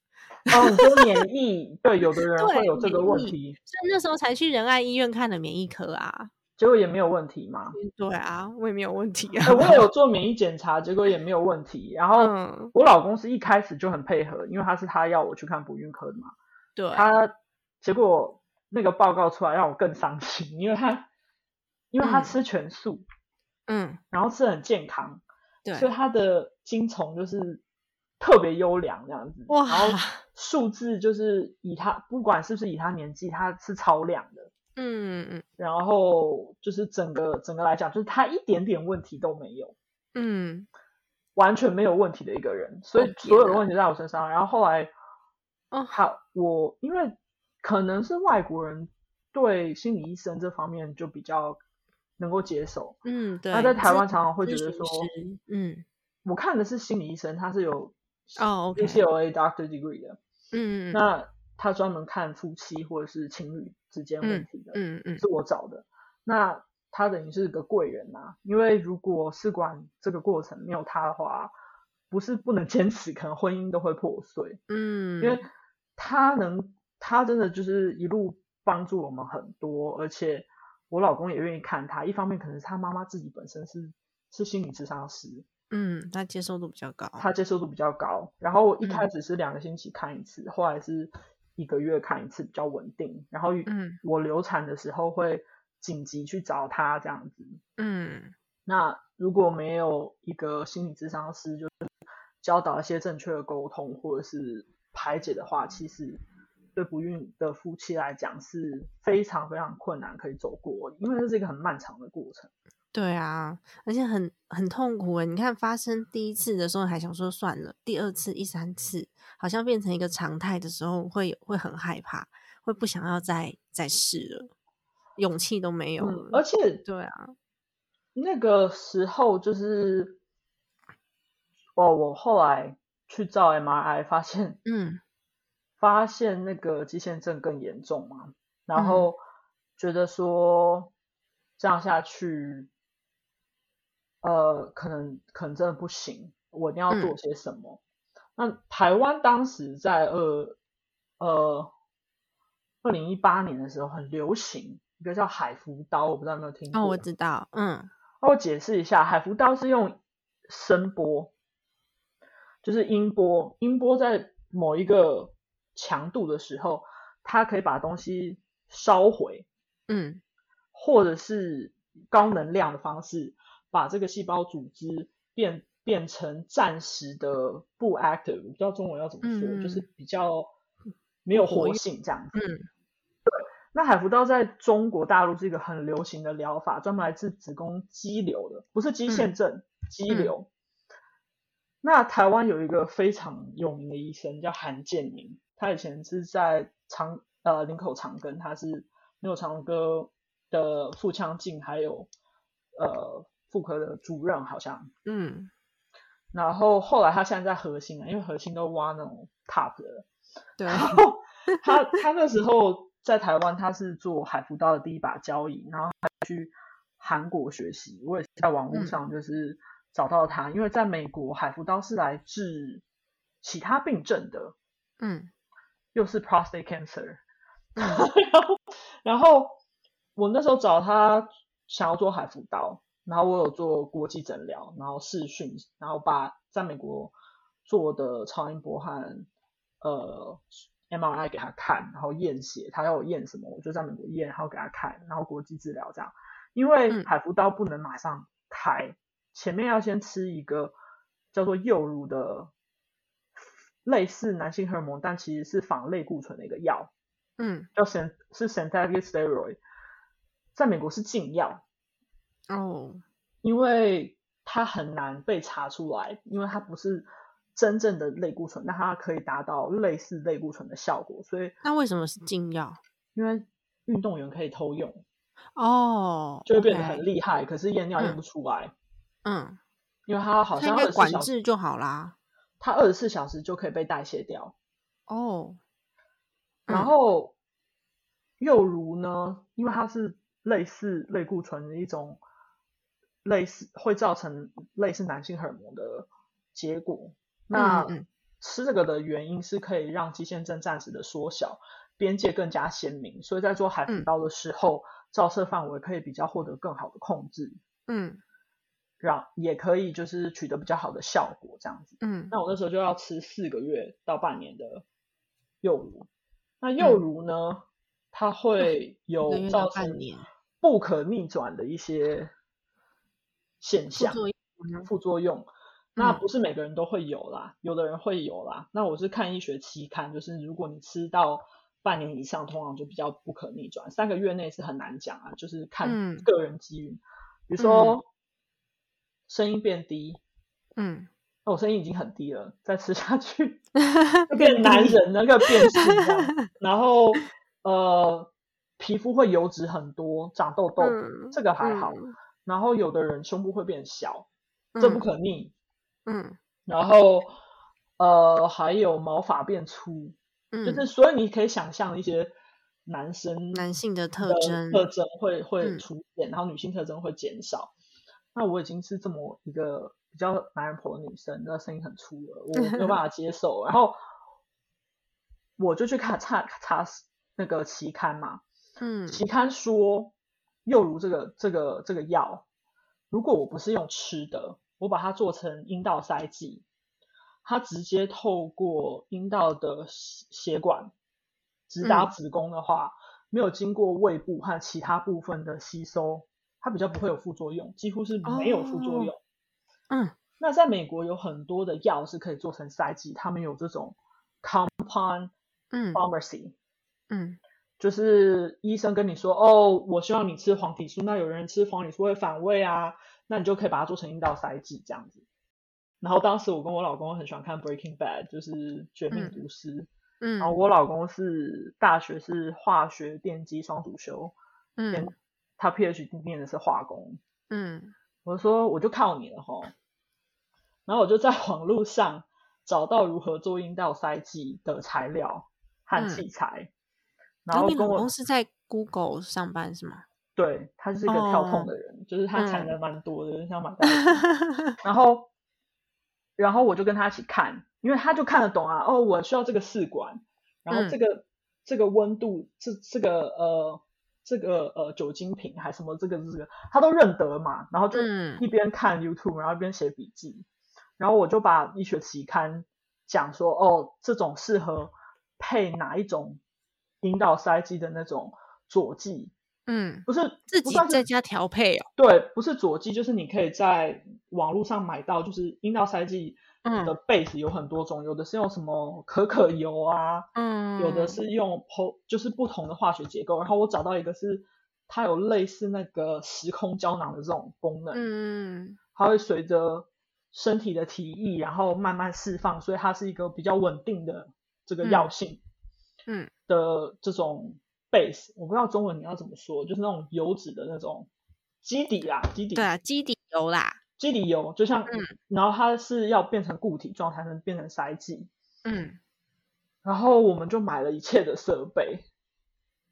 S2: 哦，你说免疫，对，有的人
S1: 对
S2: 会有这个问
S1: 免疫
S2: 题，
S1: 所以那时候才去仁爱医院看了免疫科啊。
S2: 结果也没有问题嘛。
S1: 对啊，我也没有问题啊 (laughs)
S2: 哎。我也有做免疫检查，结果也没有问题。然后、
S1: 嗯，
S2: 我老公是一开始就很配合，因为他是他要我去看不孕科的嘛。
S1: 对，
S2: 他结果那个报告出来让我更伤心，因为他因为他
S1: 嗯
S2: 吃全素，
S1: 嗯，
S2: 然后吃得很健康，
S1: 对，嗯
S2: 所以他的精虫就是特别优良这样子。
S1: 哇
S2: 然后数字就是以他不管是不是以他年纪，他是超量的。
S1: 嗯
S2: 然后就是整个整个来讲，就是他一点点问题都没有，
S1: 嗯
S2: 完全没有问题的一个人，所以
S1: 哦天
S2: 所有的
S1: 哪
S2: 问题都在我身上。然后后来，
S1: 哦
S2: 好，我因为可能是外国人对心理医生这方面就比较能够接受，
S1: 嗯，对。
S2: 那在台
S1: 咨
S2: 湾常常会觉
S1: 咨
S2: 得
S1: 询
S2: 说，
S1: 师嗯
S2: 我看的是心理医生，他是有
S1: 哦，OK，
S2: UCLA Doctor Degree 的，
S1: 嗯嗯
S2: 那他专门看夫妻或者是情侣之间问题的，
S1: 嗯嗯，
S2: 是我找的。那他等于是个贵人呐、因为如果试管这个过程没有他的话，不是不能坚持，可能婚姻都会破碎。
S1: 嗯，
S2: 因为他能，他真的就是一路帮助我们很多，而且我老公也愿意看他。一方面可能是他妈妈自己本身是是心理咨商师，
S1: 嗯，他接受度比较高，
S2: 他接受度比较高。然后一
S1: 嗯
S2: 开始是两个星期看一次，后来是一个月看一次，比较稳定。然后
S1: 嗯
S2: 我流产的时候会紧急去找他这样子。
S1: 嗯
S2: 那如果没有一个心理咨商师，就是教导一些正确的沟通或者是排解的话，其实对不孕的夫妻来讲是非常非常困难可以走过，因为这是一个很漫长的过程。
S1: 对啊，而且很很痛苦诶。欸你看发生第一次的时候还想说算了，第二次、第三次好像变成一个常态的时候，会会很害怕，会不想要再再试了，勇气都没有
S2: 嗯
S1: 了。，
S2: 而且
S1: 对啊，
S2: 那个时候就是，哦，我后来去照 MRI 发现，
S1: 嗯
S2: 发现那个肌腺症更严重嘛，然
S1: 嗯
S2: 后觉得说这样下去，呃，可能可能真的不行，我一定要做
S1: 嗯
S2: 些什么。那台湾当时在二呃二零一八年的时候很流行一个叫海服刀，我不知道有没有听过。
S1: 哦，我知道，嗯
S2: 那我解释一下，海服刀是用声波，就是音波，音波在某一个强度的时候，它可以把东西烧毁，
S1: 嗯
S2: 或者是高能量的方式，把这个细胞组织变变成暂时的不 active，我不知道中文要怎么说，
S1: 嗯嗯
S2: 就是比较没有活性这样子。
S1: 嗯
S2: 对。那海服刀在中国大陆是一个很流行的疗法，专门来治子宫肌瘤的，不是肌腺症，肌瘤。那台湾有一个非常有名的医生叫韩建明，他以前是在长呃林口长庚，他是林口长庚的腹腔镜还有呃妇科的主任好像。
S1: 嗯
S2: 然后后来他现在在核心啊，因为核心都挖那种 top 的了， (laughs)
S1: 对，
S2: 然后他他那时候在台湾，他是做海服刀的第一把交椅，然后还去韩国学习。我也是在网络
S1: 嗯
S2: 上就是找到他，因为在美国海服刀是来治其他病症的，
S1: 嗯
S2: 又是 prostate (laughs) cancer。
S1: 嗯
S2: 然后我那时候找他想要做海服刀，然后我有做国际诊疗，然后视讯，然后把在美国做的超音波和呃 MRI 给他看，然后验血，他要我验什么，我就在美国验，然后给他看，然后国际治疗这样。因为
S1: 嗯
S2: 海服刀不能马上开，前面要先吃一个叫做诱乳的。类似男性荷尔蒙，但其实是仿类固醇的一个药，
S1: 嗯，
S2: 叫 s y n 是 synthetic steroid，在美国是禁药，
S1: 哦，
S2: 因为它很难被查出来，因为它不是真正的类固醇，但它可以达到类似类固醇的效果，所以
S1: 那为什么是禁药？
S2: 因为运动员可以偷用，
S1: 哦，
S2: 就会变得
S1: OK，
S2: 很厉害，可是验尿
S1: 嗯
S2: 验不出来，
S1: 嗯，
S2: 因为它好
S1: 他
S2: 像
S1: 应该
S2: 二十四
S1: 管
S2: 小时，
S1: 制就好啦。
S2: 它二十四小时就可以被代谢掉，
S1: 哦，
S2: 然
S1: 嗯
S2: 后又如呢，因为它是类似类固醇的一种，类似会造成类似男性荷尔蒙的结果。那
S1: 嗯嗯
S2: 吃这个的原因是可以让肌腺症暂时的缩小，边界更加鲜明，所以在做海服
S1: 嗯
S2: 刀的时候，照射范围可以比较获得更好的控制，
S1: 嗯
S2: 让也可以就是取得比较好的效果这样子。
S1: 嗯
S2: 那我那时候就要吃四个月到半年的幼乳。那幼乳呢，它
S1: (laughs)
S2: 会
S1: 一嗯个
S2: 有
S1: 月
S2: 造
S1: 到半
S2: 成
S1: 年
S2: 不可逆转的一些现
S1: 副
S2: 象
S1: 作用啊
S2: 副作用。那
S1: 嗯
S2: 不是每个人都会有啦，有的人会有啦。那我是看医学期刊，就是如果你吃到半年以上，通常就比较不可逆转。三个月内是很难讲啊，就是看
S1: 嗯
S2: 个人机遇。比
S1: 嗯
S2: 如说声音变低，
S1: 嗯，
S2: 那我声音已经很低了，再吃
S1: (laughs)
S2: 下去就
S1: 变
S2: 变男
S1: 低 (laughs)
S2: 人了，要变性这样。然后呃，皮肤会油脂很多，长痘痘，
S1: 嗯
S2: 哦这个还好。
S1: 嗯
S2: 然后有的人胸部会变小，这不
S1: 嗯
S2: 可逆。
S1: 嗯
S2: 然后呃，还有毛发变粗，
S1: 嗯，
S2: 就是所以你可以想象一些男生
S1: 男性的特
S2: 的
S1: 征
S2: 特征会会
S1: 嗯
S2: 出现，然后女性特征会减少。那我已经是这么一个比较男人婆的女生，那声音很粗了，我没有
S1: (laughs)
S2: 办法接受。然后我就去看查查那个期刊嘛，
S1: 嗯
S2: 期刊说幼乳这个这个这个药，如果我不是用吃的，我把它做成阴道塞剂，它直接透过阴道的血血管直达
S1: 嗯
S2: 子宫的话，没有经过胃部和其他部分的吸收，它比较不会有副作用，几乎是没有副作
S1: 哦
S2: 用。
S1: 嗯
S2: 那在美国有很多的药是可以做成塞剂，他们有这种 compound
S1: 嗯
S2: pharmacy，、
S1: 嗯
S2: 就是医生跟你说，哦，我希望你吃黄体素，那有人吃黄体素会反胃啊，那你就可以把它做成阴道塞剂这样子。然后当时我跟我老公很喜欢看《Breaking Bad》，就是《绝命
S1: 嗯
S2: 毒师》然后
S1: 嗯
S2: 我老公是大学是化学电机双主修，
S1: 嗯
S2: 嗯他 PhD 念的是化工。
S1: 嗯
S2: 我说我就靠你了吼。然后我就在网络上找到如何做阴道塞剂的材料和
S1: 嗯
S2: 器材，然
S1: 然
S2: 后
S1: 后你
S2: 跟
S1: 老
S2: 我
S1: 公是在 Google 上班是吗？
S2: 对，他是一个跳痛的人，就是他产
S1: 哦嗯
S2: 能蛮多的，像马大。
S1: (laughs)
S2: 然后，然后我就跟他一起看，因为他就看得懂啊。哦，我需要这个试管，然后
S1: 嗯
S2: 这个、这个温度，这这个呃这个呃酒精瓶还什么这个这个，他都认得嘛。然后就
S1: 嗯
S2: 一边看 YouTube，然后一边写笔记。然后我就把医学期刊讲说，哦，这种适合配哪一种阴道塞剂的那种佐剂，
S1: 嗯，
S2: 不是
S1: 自
S2: 不
S1: 己
S2: 算是
S1: 在家调配哦。
S2: 对，不是佐剂，就是你可以在网络上买到，就是阴道塞剂
S1: 嗯
S2: 的 base 有很多种，有的是用什么可可油啊，
S1: 嗯，
S2: 有的是用 po，就是不同的化学结构。然后我找到一个是它有类似那个时空胶囊的这种功能，
S1: 嗯
S2: 它会随着身体的体液然后慢慢释放，所以它是一个比较稳定的这个药
S1: 嗯
S2: 性
S1: 嗯
S2: 的这种 base。我不知道中文你要怎么说，就是那种油脂的那种基底啦，基底
S1: 对啊，基底油啦。
S2: 基底油，就像，
S1: 嗯
S2: 然后它是要变成固体状才能变成塞剂。
S1: 嗯
S2: 然后我们就买了一切的设备，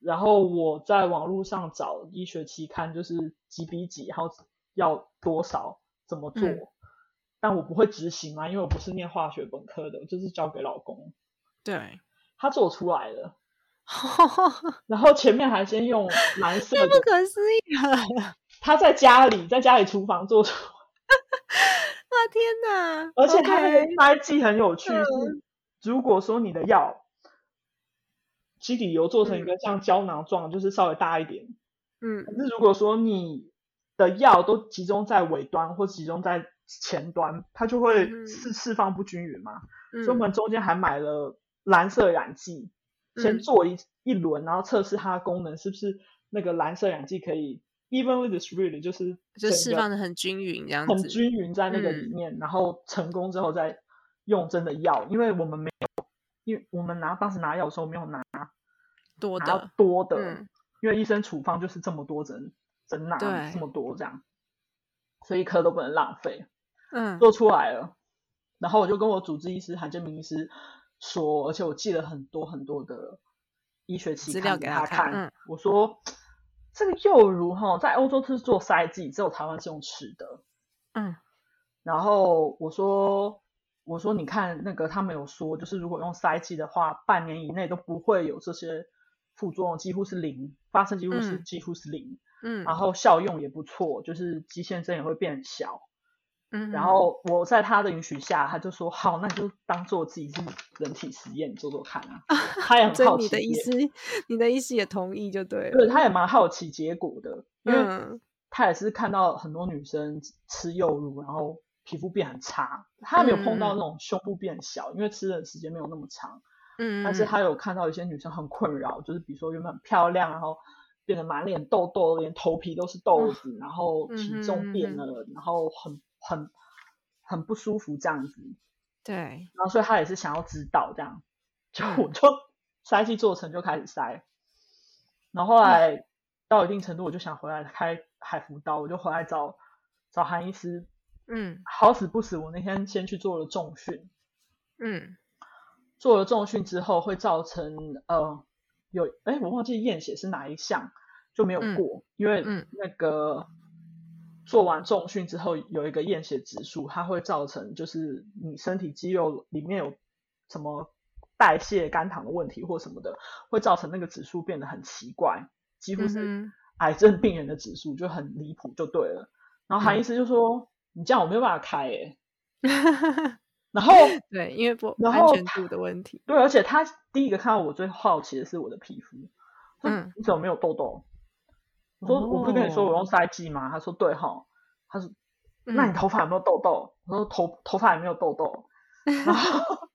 S2: 然后我在网络上找医学期刊，就是几比几，然后要多少，怎么做。
S1: 嗯
S2: 但我不会执行啊嘛，因为我不是念化学本科的，我就是交给老公，
S1: (laughs) 对。
S2: 他做出来了。
S1: 太
S2: 然后前面还先用蓝色
S1: (laughs) 不
S2: 的，
S1: 可思议了！
S2: 他在家里，在家里厨房做出
S1: 哇，天哪！
S2: 而且
S1: OK 嗯
S2: 它那个塞剂很有趣，是如果说你的药基底油做成一个像胶囊状，就是稍微大一点。
S1: 嗯
S2: 可是如果说你的药都集中在尾端或集中在前端，它就会
S1: 嗯
S2: 释释放不均匀嘛。所以我
S1: 嗯
S2: 们中间还买了蓝色染剂，先
S1: 嗯
S2: 做一一轮，然后测试它的功能是不是那个蓝色染剂可以 evenly distributed，就是
S1: 就
S2: 整
S1: 释
S2: 个
S1: 放的很均匀这样
S2: 很
S1: 子嗯
S2: 均匀在那个里面，然后成功之后再用真的药，因为我们没有，因为我们拿当时拿药的时候没有拿
S1: 多
S2: 拿到
S1: 的，
S2: 多的，
S1: 嗯
S2: 因为医生处方就是这么多针针拿
S1: 对
S2: 这么多这样，所以一颗都不能浪费，
S1: 嗯
S2: 做出来了。然后我就跟我主治医师韩建明医师说，而且我寄了很多很多的医学期
S1: 资
S2: 刊
S1: 料给
S2: 给
S1: 他
S2: 他
S1: 看嗯
S2: 我说这个幼乳哈，在欧洲是做塞剂，只有台湾是用吃的。
S1: 嗯
S2: 然后我说我说你看那个他们有说，就是如果用塞剂的话，半年以内都不会有这些副作用，几乎是零，发生几乎是、
S1: 嗯
S2: 几乎是零，
S1: 嗯，
S2: 然后效用也不错，就是肌腺症也会变小。
S1: 嗯
S2: 然后我在他的允许下，他就说好，那你就当做自己是人体实验做做看
S1: (laughs)
S2: 啊。他也很
S1: 所以
S2: 好奇
S1: 你的意
S2: 结
S1: 思，你的意思也同意就对了，
S2: 对，他也蛮好奇结果的，因为
S1: 嗯
S2: 他也是看到很多女生吃幼乳，然后皮肤变很差。他没有碰到
S1: 嗯嗯
S2: 那种胸部变小，因为吃的时间没有那么长。
S1: 嗯，
S2: 但是
S1: 嗯
S2: 他有看到一些女生很困扰，就是比如说原本很漂亮，然后变得满脸痘痘，连头皮都是痘子，然后体重变
S1: 哦嗯哼
S2: 了，然后很很很不舒服这样子。
S1: 对，
S2: 然后所以他也是想要知道这样，就
S1: 嗯
S2: 我就 (laughs) 塞剂做成就开始塞，然后后来到一定程度我就想回来开海服刀，我就回来找找韩医师，
S1: 嗯
S2: 好死不死我那天先去做了重训，
S1: 嗯
S2: 做了重训之后会造成呃有哎我忘记验血是哪一项就没有
S1: 嗯
S2: 过，因为
S1: 嗯
S2: 那个做完重训之后有一个验血指数，它会造成就是你身体肌肉里面有什么代谢肝糖的问题或什么的，会造成那个指数变得很奇怪，几乎是
S1: 嗯哼
S2: 癌症病人的指数就很离谱就对了。然后韩医师就说：“
S1: 嗯
S2: 你这样我没有办法开耶、然后
S1: (laughs) 对，因为不
S2: 然
S1: 安
S2: 后
S1: 全度的问题，
S2: 对，而且他第一个看到我最好奇的是我的皮肤，说
S1: 嗯哦
S2: 你怎么没有痘痘？我说、我不是跟你说我用塞剂吗？他说对哈，他说那你
S1: 嗯
S2: 头发有没有痘痘？我说头头发也没有
S1: (laughs)
S2: 痘痘，然后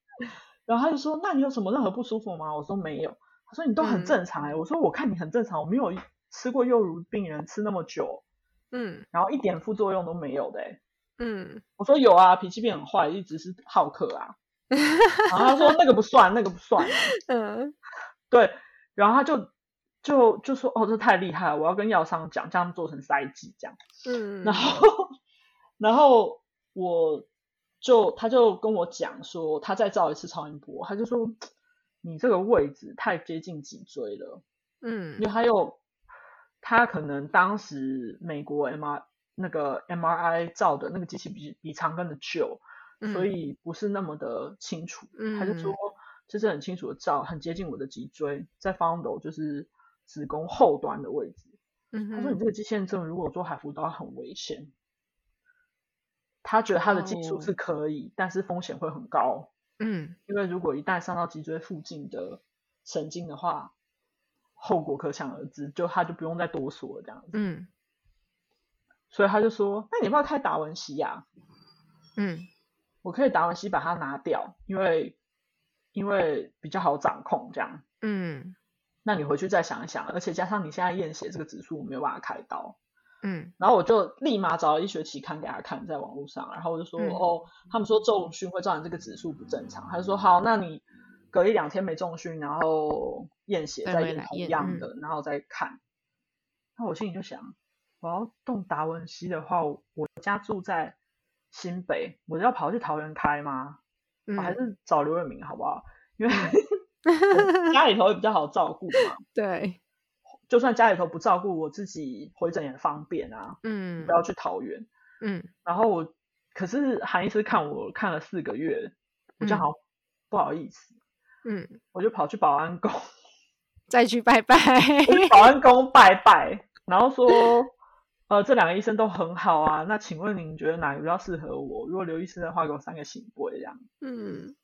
S2: 然后他就说那你有什么任何不舒服吗？我说没有，他说你都很
S1: 嗯
S2: 正常哎、我说我看你很正常，我没有吃过幼乳病人吃那么久，
S1: 嗯
S2: 然后一点副作用都没有的哎、
S1: 嗯，
S2: 我说有啊，脾气变很坏，一直是好客
S1: (laughs)
S2: 啊。然后他说那个不算，那个不算、啊。
S1: 嗯
S2: 对，然后他就就就说哦，这太厉害了，我要跟药商讲，这样做成塞剂这样。
S1: 嗯，
S2: 然后然后我就他就跟我讲说，他再照一次超音波，他就说你这个位置太接近脊椎了，
S1: 嗯
S2: 因为他又他可能当时美国 M R 那个 M R I 照的那个机器比比长庚的旧，所
S1: 嗯
S2: 以不是那么的清楚。他就说
S1: 嗯，
S2: 就是很清楚的照，很接近我的脊椎，在 f o n d 就是子宫后端的位置。
S1: 嗯
S2: 他说你
S1: 哼
S2: 这个肌腺症如果做海扶刀很危险，他觉得他的技术是
S1: 哦
S2: 可以，但是风险会很高，
S1: 嗯
S2: 因为如果一旦伤到脊椎附近的神经的话，后果可想而知，就他就不用再多说了这样子。
S1: 嗯
S2: 所以他就说，那你要不要开达文西呀、
S1: 嗯
S2: 我可以达文西把它拿掉，因为因为比较好掌控这样。
S1: 嗯
S2: 那你回去再想一想，而且加上你现在验血这个指数，我没有办法开刀。
S1: 嗯
S2: 然后我就立马找了医学期刊给他看，在网络上，然后我就说、
S1: 嗯
S2: 哦，他们说重训会造成这个指数不正常，他就说好，那你隔一两天没重训，然后验血
S1: 再
S2: 再
S1: 回
S2: 验
S1: 来
S2: 同
S1: 验嗯
S2: 样的，然后再看。那我心里就想，我要动达文西的话，我我家住在新北，我要跑去桃园开吗？
S1: 嗯，
S2: 我还是找刘瑞明好不好？因为
S1: 嗯
S2: 我家里头也比较好照顾
S1: (laughs)
S2: 嘛。
S1: 对，
S2: 就算家里头不照顾我自己回诊也方便啊，
S1: 嗯
S2: 不要去桃园。
S1: 嗯
S2: 然后我可是韩医师看我看了四个月，我就
S1: 嗯
S2: 好像不好意思，
S1: 嗯，
S2: 我就跑去保
S1: (laughs)
S2: 安宫，
S1: 再去拜 (laughs) 拜，
S2: 去保安宫拜拜，然后说。呃，这两个医生都很好啊。那请问您觉得哪个比较适合我？如果刘医师的话，给我三个醒波这样。
S1: 嗯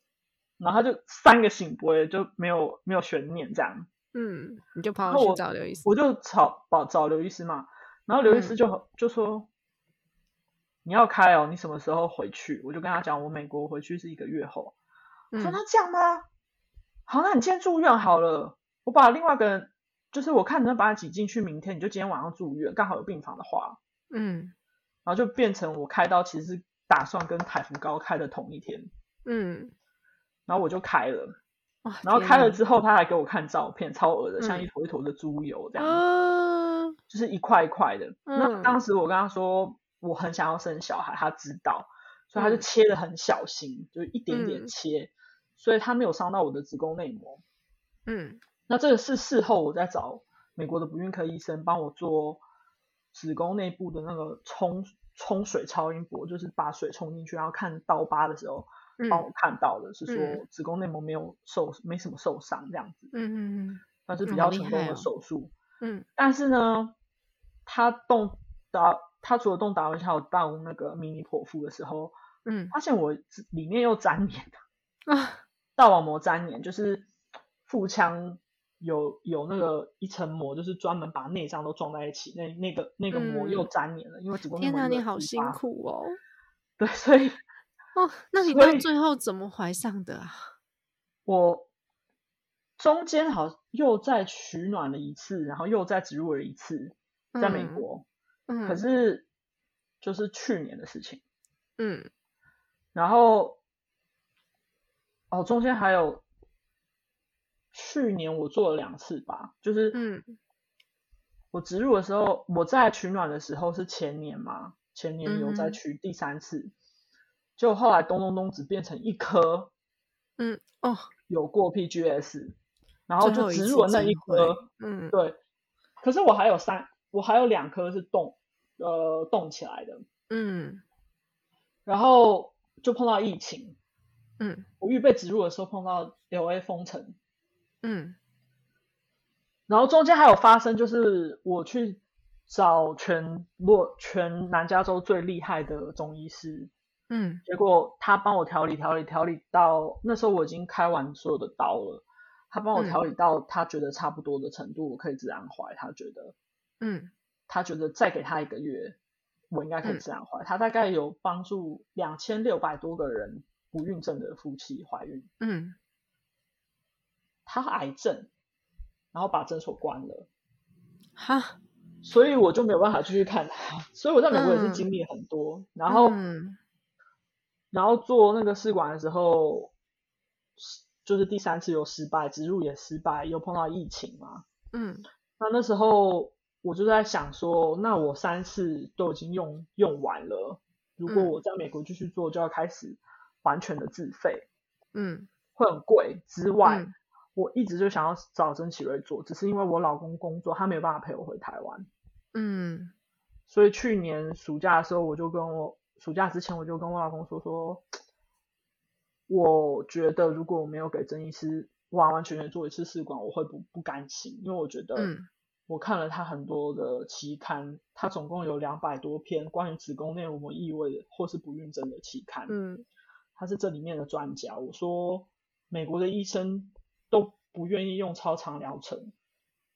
S2: 然后他就三个醒波就没有没有悬念这样。
S1: 嗯，你就跑
S2: 后
S1: 去
S2: 我
S1: 找刘医师，
S2: 我就找保找刘医师嘛，然后刘
S1: 嗯
S2: 医师就、就说你要开哦，你什么时候回去？我就跟他讲，我美国回去是一个月后。我
S1: 嗯
S2: 说那这样吗？好，那你今天住院好了，我把另外一个人，就是我看能不能把他挤进去，明天你就今天晚上住院，刚好有病房的话，
S1: 嗯
S2: 然后就变成我开刀其实是打算跟海福高开的同一天，
S1: 嗯，
S2: 然后我就开了，
S1: 哇，
S2: 然后
S1: 天
S2: 开了
S1: 哪
S2: 之后他还给我看照片，超恶的，像
S1: 嗯
S2: 一坨一坨的猪油这样。
S1: 啊，
S2: 就是一块一块的。那
S1: 嗯
S2: 当时我跟他说我很想要生小孩，他知道，所以他就
S1: 嗯
S2: 切的很小心，就一点点
S1: 嗯
S2: 切，所以他没有伤到我的子宫内膜。
S1: 嗯
S2: 那这个是事后我在找美国的不孕科医生帮我做子宫内部的那个冲冲水超音波，就是把水冲进去，然后看刀疤的时候。
S1: 嗯
S2: 帮我看到的是说
S1: 嗯
S2: 子宫内膜没有受，没什么受伤这样子，
S1: 嗯嗯
S2: 算是比
S1: 嗯
S2: 较
S1: 好厉
S2: 成功
S1: 害
S2: 的
S1: 哦
S2: 手术。
S1: 嗯
S2: 但是呢，他动达，他除了动达文西，还有动那个迷你剖腹的时候，
S1: 嗯
S2: 发现我里面又粘连，
S1: 嗯啊，
S2: 大网膜粘连，就是腹腔有有那个一层膜，就是专门把内脏都撞在一起，那那个那个膜又
S1: 嗯
S2: 粘连了，因为子宫内
S1: 天
S2: 膜
S1: 哪，
S2: 有
S1: 你
S2: 个
S1: 好
S2: 复
S1: 辛
S2: 发，
S1: 苦哦，
S2: (laughs) 对，所以
S1: 哦，那你
S2: 所
S1: 到
S2: 以
S1: 最后怎么怀上的啊？
S2: 我。中间好像又再取卵了一次，然后又再植入了一次，在美
S1: 嗯
S2: 国。
S1: 嗯，
S2: 可是就是去年的事情。
S1: 嗯
S2: 然后哦，中间还有去年我做了两次吧，就是
S1: 嗯
S2: 我植入的时候，我在取暖的时候是前年嘛，前年有
S1: 嗯
S2: 在
S1: 哼
S2: 取第三次，就后来咚咚咚只变成一颗，
S1: 嗯，哦，
S2: 有过 PGS，然后
S1: 最
S2: 就
S1: 后一
S2: 只
S1: 次
S2: 有那
S1: 机
S2: 一颗，
S1: 嗯，
S2: 对。可是我还有三，我还有两颗是动，呃，动起来的，
S1: 嗯，
S2: 然后就碰到疫情，
S1: 嗯，
S2: 我预备植入的时候碰到 L A 封城，
S1: 嗯，
S2: 然后中间还有发生，就是我去找全我全南加州最厉害的中医师，
S1: 嗯，
S2: 结果他帮我调理调理调理到那时候我已经开完所有的刀了，他帮我
S1: 嗯
S2: 调理到他觉得差不多的程度，我可以自然怀，他觉得
S1: 嗯，
S2: 他觉得再给他一个月，我应该可以
S1: 嗯
S2: 自然怀，他大概有帮助两千六百多个人不孕症的夫妻怀孕。
S1: 嗯，
S2: 他癌症，然后把诊所关了，
S1: 哈，
S2: 所以我就没有办法继续看他。所以我在美国也是
S1: 嗯
S2: 经历很多，然后、
S1: 嗯
S2: 然后做那个试管的时候，就是第三次有失败，植入也失败，又碰到疫情嘛。
S1: 嗯
S2: 那那时候我就在想说，那我三次都已经用用完了，如果
S1: 嗯
S2: 我在美国继续做，就要开始完全的自费，
S1: 嗯
S2: 会很贵。之外，
S1: 嗯
S2: 我一直就想要找曾启瑞做，只是因为我老公工作，他没有办法陪我回台湾，
S1: 嗯
S2: 所以去年暑假的时候，我就跟我暑假之前我就跟我老公说说，我觉得如果我没有给曾医师完完全全做一次试管，我会不不甘心，因为我觉得
S1: 嗯
S2: 我看了他很多的期刊，他总共有两百多篇关于子宫内膜异位的或是不孕症的期刊，
S1: 嗯
S2: 他是这里面的专家。我说美国的医生都不愿意用超长疗程，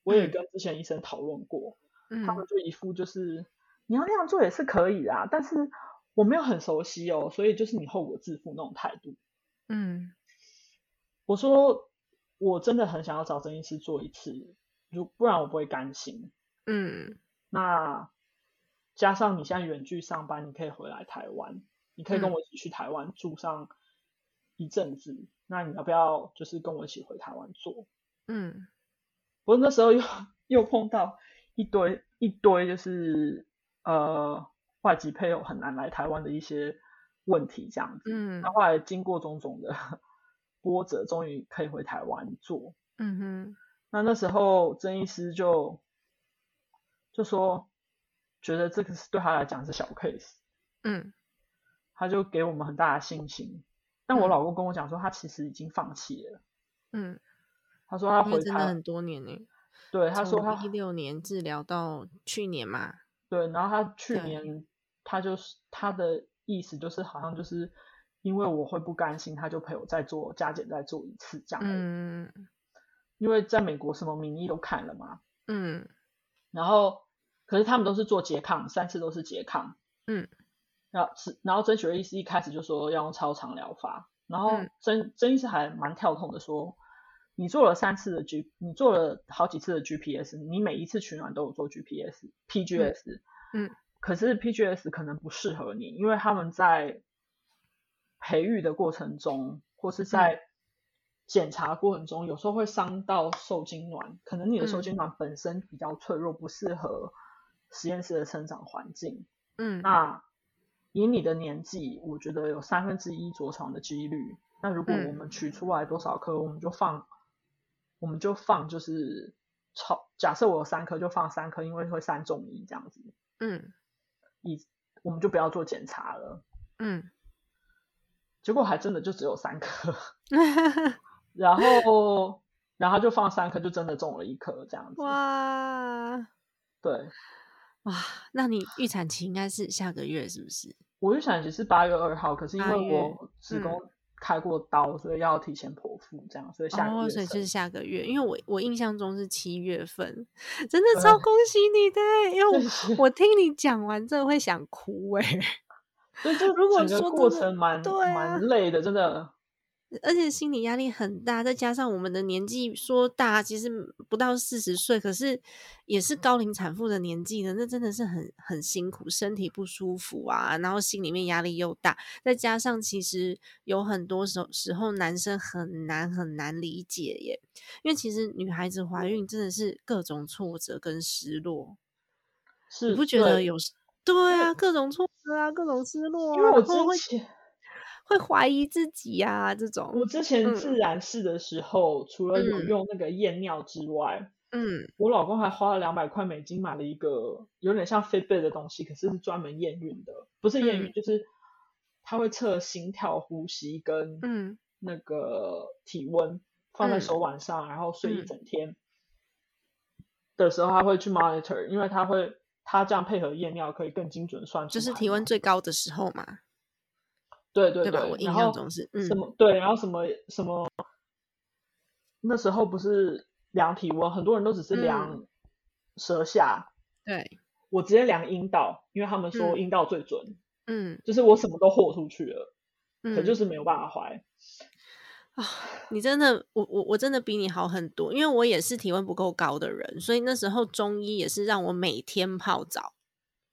S2: 我也
S1: 嗯
S2: 跟之前医生讨论过，他们
S1: 嗯
S2: 就一副就是你要那样做也是可以啦，但是我没有很熟悉哦，所以就是你后果自负那种态度。
S1: 嗯
S2: 我说我真的很想要找曾医师做一次，如不然我不会甘心。
S1: 嗯
S2: 那加上你现在远距上班，你可以回来台湾，你可以跟
S1: 嗯
S2: 我一起去台湾住上一阵子。那你要不要就是跟我一起回台湾做？
S1: 嗯
S2: 不过那时候又又碰到一堆一堆就是呃外籍配偶很难来台湾的一些问题这样子。
S1: 嗯
S2: 那后来经过种种的 (laughs) 波折，终于可以回台湾做。
S1: 嗯哼
S2: 那那时候曾医师就就说，觉得这个是对他来讲是小 case，
S1: 嗯
S2: 他就给我们很大的信心。但我
S1: 嗯
S2: 老公跟我讲说，他其实已经放弃了。
S1: 嗯，
S2: 他说他
S1: 因为
S2: 回
S1: 真的
S2: 台，
S1: 很多年呢，
S2: 对他说他
S1: 从一六年治疗到去年嘛，
S2: 对，然后他去
S1: 对
S2: 年他就是他的意思就是好像就是因为我会不甘心，他就陪我再做加减再做一次这样。，
S1: 嗯
S2: 因为在美国什么名医都看了嘛，
S1: 嗯
S2: 然后可是他们都是做拮抗，三次都是拮抗。
S1: 嗯，
S2: 然后是然后曾雪医师一开始就说要用超长疗法，然后
S1: 嗯
S2: 曾曾医师还蛮跳痛的说，你做了三次的 G，你做了好几次的 GPS，你每一次取暖都有做 GPS、PGS，
S1: 嗯嗯
S2: 可是 PGS 可能不适合你，因为他们在培育的过程中，
S1: 嗯
S2: 或是在检查过程中，有时候会伤到受精卵，可能你的
S1: 嗯
S2: 受精卵本身比较脆弱，不适合实验室的生长环境。
S1: 嗯
S2: 那以你的年纪，我觉得有三分之一着床的几率。那如果
S1: 嗯
S2: 我们取出来多少颗，我们就放，我们就放就是超。假设我有三颗，就放三颗，因为会三中一这样子，
S1: 嗯
S2: 我们就不要做检查了。
S1: 嗯，
S2: 结果还真的就只有三颗，然后然后就放三颗，就真的中了一颗这样子。
S1: 哇
S2: 对，
S1: 哇，那你预产期应该是下个月是不是？
S2: 我预产期是八月二号，可是因
S1: 八
S2: 为
S1: 月嗯
S2: 我子宫开过刀，所以要提前剖腹这样，所以下个
S1: 哦，
S2: 月
S1: 所以就
S2: 生
S1: 是下个月，因为我我印象中是七月份， (laughs) 真的超
S2: 对
S1: 恭喜你的欸，因为我
S2: 谢谢
S1: 我听你讲完真的会想哭哎、
S2: 所以这
S1: 如果
S2: (laughs) 整个
S1: 说
S2: 过
S1: 真的
S2: 程蛮
S1: 对啊
S2: 蛮累的，真的。
S1: 而且心理压力很大，再加上我们的年纪说大，其实不到四十岁，可是也是高龄产妇的年纪了，那真的是很很辛苦，身体不舒服啊，然后心里面压力又大，再加上其实有很多时候时候男生很难很难理解耶，因为其实女孩子怀孕真的是各种挫折跟失落，
S2: 是
S1: 你不觉得
S2: 对
S1: 有时？对啊，各种挫折啊，各种失落啊，
S2: 因为我
S1: 然
S2: 之
S1: 后会
S2: 前
S1: 会怀疑自己呀、这种
S2: 我。之前
S1: 嗯
S2: 自然试的时候，除了有
S1: 嗯
S2: 用那个验尿之外，
S1: 嗯，
S2: 我老公还花了两百块美金买了一个有点像 Fitbit 的东西，可是是专门验孕的，不是
S1: 嗯
S2: 验孕，就是它会测心跳、呼吸跟
S1: 嗯
S2: 那个体温，放在
S1: 嗯
S2: 手腕上，然后睡一
S1: 嗯
S2: 整天的时候，他会去 monitor，因为他会他这样配合验尿可以更精准算出
S1: 就
S2: 来嘛，
S1: 是体温最高的时候嘛，
S2: 对对
S1: 对吧？我印
S2: 然
S1: 象
S2: 后
S1: 中是，
S2: 什
S1: 嗯
S2: 么对，然后什么什么，那时候不是量体温，很多人都只是
S1: 嗯
S2: 量舌下，
S1: 对，
S2: 我直接量阴道，因为他们说
S1: 嗯
S2: 阴道最准，
S1: 嗯
S2: 就是我什么都豁出去了，可
S1: 嗯，
S2: 就是没有办法怀。
S1: 啊，你真的，我我我真的比你好很多，因为我也是体温不够高的人，所以那时候中医也是让我每天泡澡，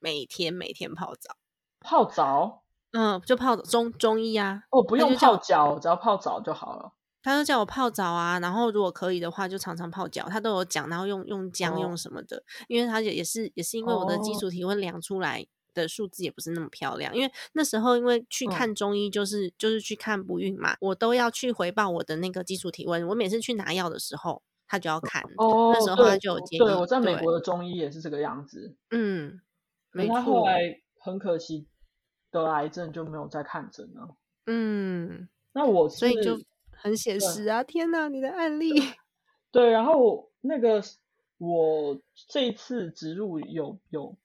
S1: 每天每天泡澡，
S2: 泡澡
S1: 嗯，就泡中中医啊，
S2: 哦，不
S1: 那
S2: 用
S1: 就叫
S2: 泡脚，只要泡澡就好了。
S1: 他就叫我泡澡啊，然后如果可以的话，就常常泡脚，他都有讲，然后用用姜、
S2: 哦
S1: 用什么的，因为他也也是也是因为我的基
S2: 哦
S1: 础体温量出来的数字也不是那么漂亮，因为那时候因为去
S2: 嗯
S1: 看中医就是、就是去看不孕嘛，我都要去回报我的那个基础体温，我每次去拿药的时候他就要看，
S2: 哦，
S1: 那时候
S2: 对
S1: 他就有建议，
S2: 对，我在美
S1: 对
S2: 国的中医也是这个样子，
S1: 嗯，
S2: 可
S1: 没
S2: 是他后
S1: 错，
S2: 来很可惜得癌症就没有再看诊了。
S1: 嗯，
S2: 那我
S1: 所以你就是很写
S2: 对
S1: 实啊，天哪，你的案例，
S2: 对，然后我那个我这一次植入有有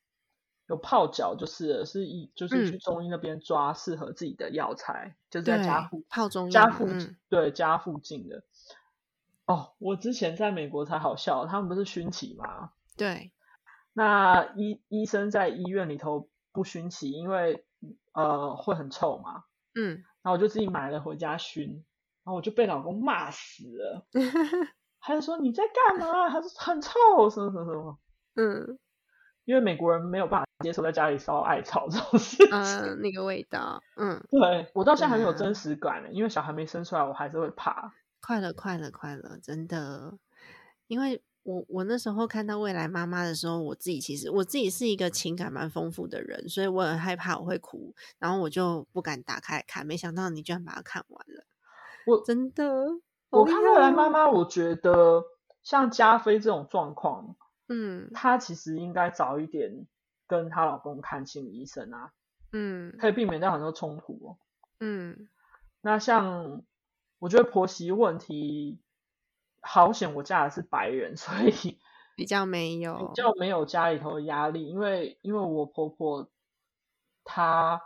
S2: 有泡脚，就是了是一就是去
S1: 嗯
S2: 中医那边抓适合自己的药材，就是在家
S1: 对
S2: 附
S1: 泡中药
S2: 家
S1: 嘛
S2: 附近、
S1: 嗯
S2: 对家附近的。哦，我之前在美国才好笑，他们不是熏起吗？
S1: 对，
S2: 那医医生在医院里头不熏起，因为呃会很臭嘛。
S1: 嗯， (laughs)
S2: 然后我就自己买了回家熏，然后我就被老公骂死了。他就说你在干嘛？他说很臭，什么什么什么。
S1: 嗯
S2: 因为美国人没有办法接受在家里烧艾草这种事情。
S1: 呃，那个味道，嗯。
S2: 对嗯我到现在还没有
S1: 对啊
S2: 真实感呢，欸因为小孩没生出来，我还是会怕。
S1: 快乐，快乐，快乐，真的。因为我我那时候看到未来妈妈的时候，我自己其实我自己是一个情感蛮丰富的人，所以我很害怕我会哭，然后我就不敢打开来看。没想到你居然把它看完了，
S2: 我
S1: 真的。好
S2: 我
S1: 厉
S2: 看未来
S1: 害
S2: 妈
S1: 哦，
S2: 妈，我觉得像加菲这种状况，
S1: 嗯
S2: 她其实应该早一点跟她老公看心理医生啊，
S1: 嗯
S2: 可以避免掉很多冲突哦。
S1: 嗯
S2: 那像我觉得婆媳问题，好险我嫁的是白人，所以
S1: 比较没有，
S2: 比较没有家里头的压力，因为因为我婆婆她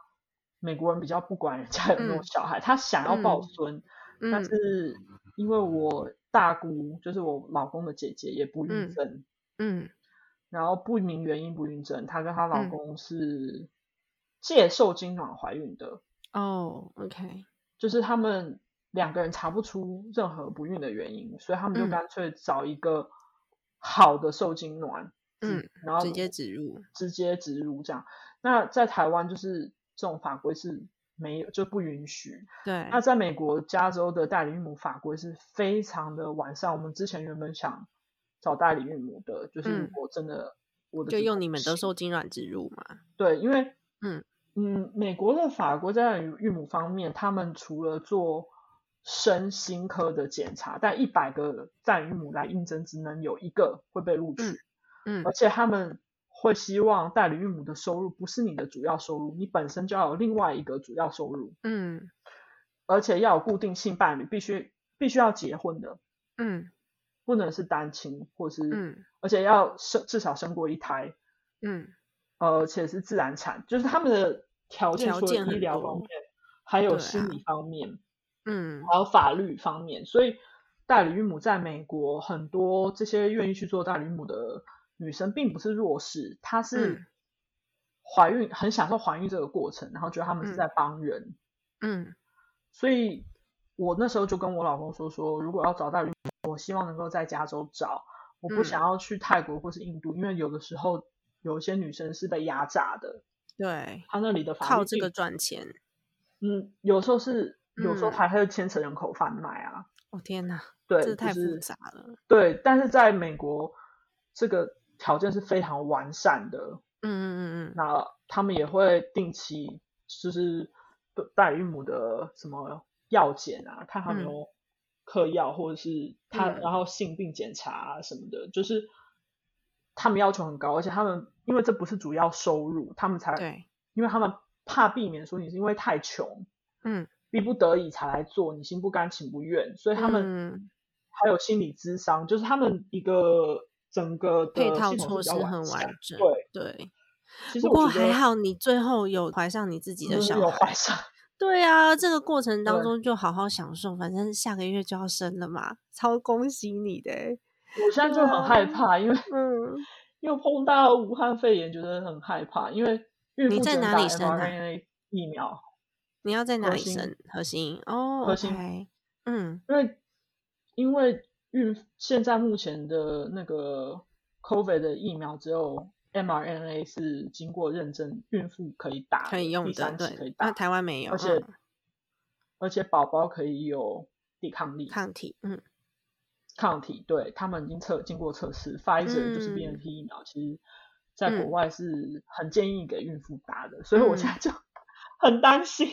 S2: 美国人比较不管人家有没有
S1: 嗯
S2: 小孩，她想要抱
S1: 嗯
S2: 孙，但
S1: 嗯
S2: 是因为我大姑就是我老公的姐姐也不孕
S1: 嗯
S2: 症，
S1: 嗯
S2: 然后不明原因不孕症，她跟她老
S1: 嗯
S2: 公是借受精卵怀孕的，
S1: 哦，OK，
S2: 就是他们两个人查不出任何不孕的原因，所以他们就
S1: 嗯
S2: 干脆找一个好的受精卵，
S1: 嗯，
S2: 然后
S1: 直接植入，
S2: 直接植入这样。那在台湾就是这种法规是没有就不允许。
S1: 对，
S2: 那在美国加州的代理孕母法规是非常的完善。我们之前原本想找代理孕母的，就是如
S1: 嗯
S2: 果真的我的
S1: 就
S2: 子宫
S1: 用你
S2: 不
S1: 们的
S2: 行
S1: 受精卵植入嘛，
S2: 对，因为
S1: 嗯
S2: 嗯，美国的法国在育母方面，他们除了做身心科的检查，但一百个在育母来应征，只能有一个会被录取，
S1: 嗯
S2: 而且他们。会希望代理孕母的收入不是你的主要收入，你本身就要有另外一个主要收入，
S1: 嗯
S2: 而且要有固定性伴侣，必须必须要结婚的，
S1: 嗯
S2: 不能是单亲或是，
S1: 嗯
S2: 而且要生至少生过一胎，
S1: 嗯，
S2: 呃而且是自然产，就是他们的条件，
S1: 条
S2: 除了
S1: 件
S2: 医
S1: 很
S2: 疗
S1: 多
S2: 方面，还有
S1: 对
S2: 心
S1: 啊
S2: 理方面，
S1: 嗯
S2: 还有法律方面，所以代理孕母在美国很多这些愿意去做代理孕母的女生，并不是弱势，她是
S1: 嗯
S2: 怀孕、很享受怀孕这个过程，然后觉得他们是
S1: 嗯
S2: 在帮人，
S1: 嗯
S2: 所以我那时候就跟我老公说说，如果要找代理孕母，我希望能够在加州找，我不
S1: 嗯
S2: 想要去泰国或是印度，因为有的时候有一些女生是被压榨的。
S1: 对，
S2: 他那里的法律
S1: 靠这
S2: 并
S1: 个赚钱。
S2: 嗯，有时候是，有时
S1: 嗯
S2: 候还会牵扯人口贩卖啊。
S1: 哦天哪，
S2: 对，
S1: 这太
S2: 就
S1: 复
S2: 是
S1: 杂了。
S2: 对，但是在美国，这个条件是非常完善的。
S1: 嗯嗯嗯嗯，
S2: 那他们也会定期，就是代孕母的什么药检啊，看他没有嗑药，或者是他、
S1: 嗯
S2: 然后性病检查啊什么的，就是他们要求很高，而且他们因为这不是主要收入，他们才
S1: 对，
S2: 因为他们怕避免说你是因为太穷，
S1: 嗯，
S2: 逼不得已才来做，你心不甘情不愿，所以他们
S1: 嗯
S2: 还有心理咨商，就是他们一个整个的
S1: 配套
S2: 系统
S1: 措
S2: 是
S1: 施
S2: 比较
S1: 很
S2: 善
S1: 完整，
S2: 对，
S1: 对。
S2: 其实
S1: 不
S2: 我
S1: 过
S2: 觉得
S1: 还好，你最后有怀上你自己的
S2: 就是
S1: 小
S2: 有
S1: 孩。
S2: 怀上，
S1: 对啊，这个过程当
S2: 对
S1: 中就好好享受，反正下个月就要生了嘛，超恭喜你的欸、
S2: (laughs) 我现在就很害
S1: 啊
S2: 怕，因为
S1: 嗯，
S2: 因为碰到武汉肺炎，觉得很害怕，因为孕
S1: 你
S2: 妇
S1: 在
S2: 只能
S1: 哪
S2: 打
S1: 里生啊
S2: mRNA 疫苗，
S1: 你要在哪
S2: 核
S1: 里
S2: 心
S1: 生？核心哦，
S2: 核心
S1: OK 嗯，
S2: 因为因为孕现在目前的那个 COVID 的疫苗只有 mRNA 是经过认证，孕妇可以打，
S1: 可以用
S2: 第
S1: 的，
S2: 三期可以
S1: 对。
S2: 打，
S1: 那台湾没有，
S2: 而且
S1: 嗯
S2: 而且宝宝可以有抵抗力
S1: 抗体，嗯， (laughs)
S2: 抗体，对他们已经测经过测试，Pfizer 就是
S1: 嗯
S2: BNT 疫苗，其实在国
S1: 嗯
S2: 外是很建议给孕妇打的，所以我现
S1: 嗯
S2: 在就 (laughs) 很担心。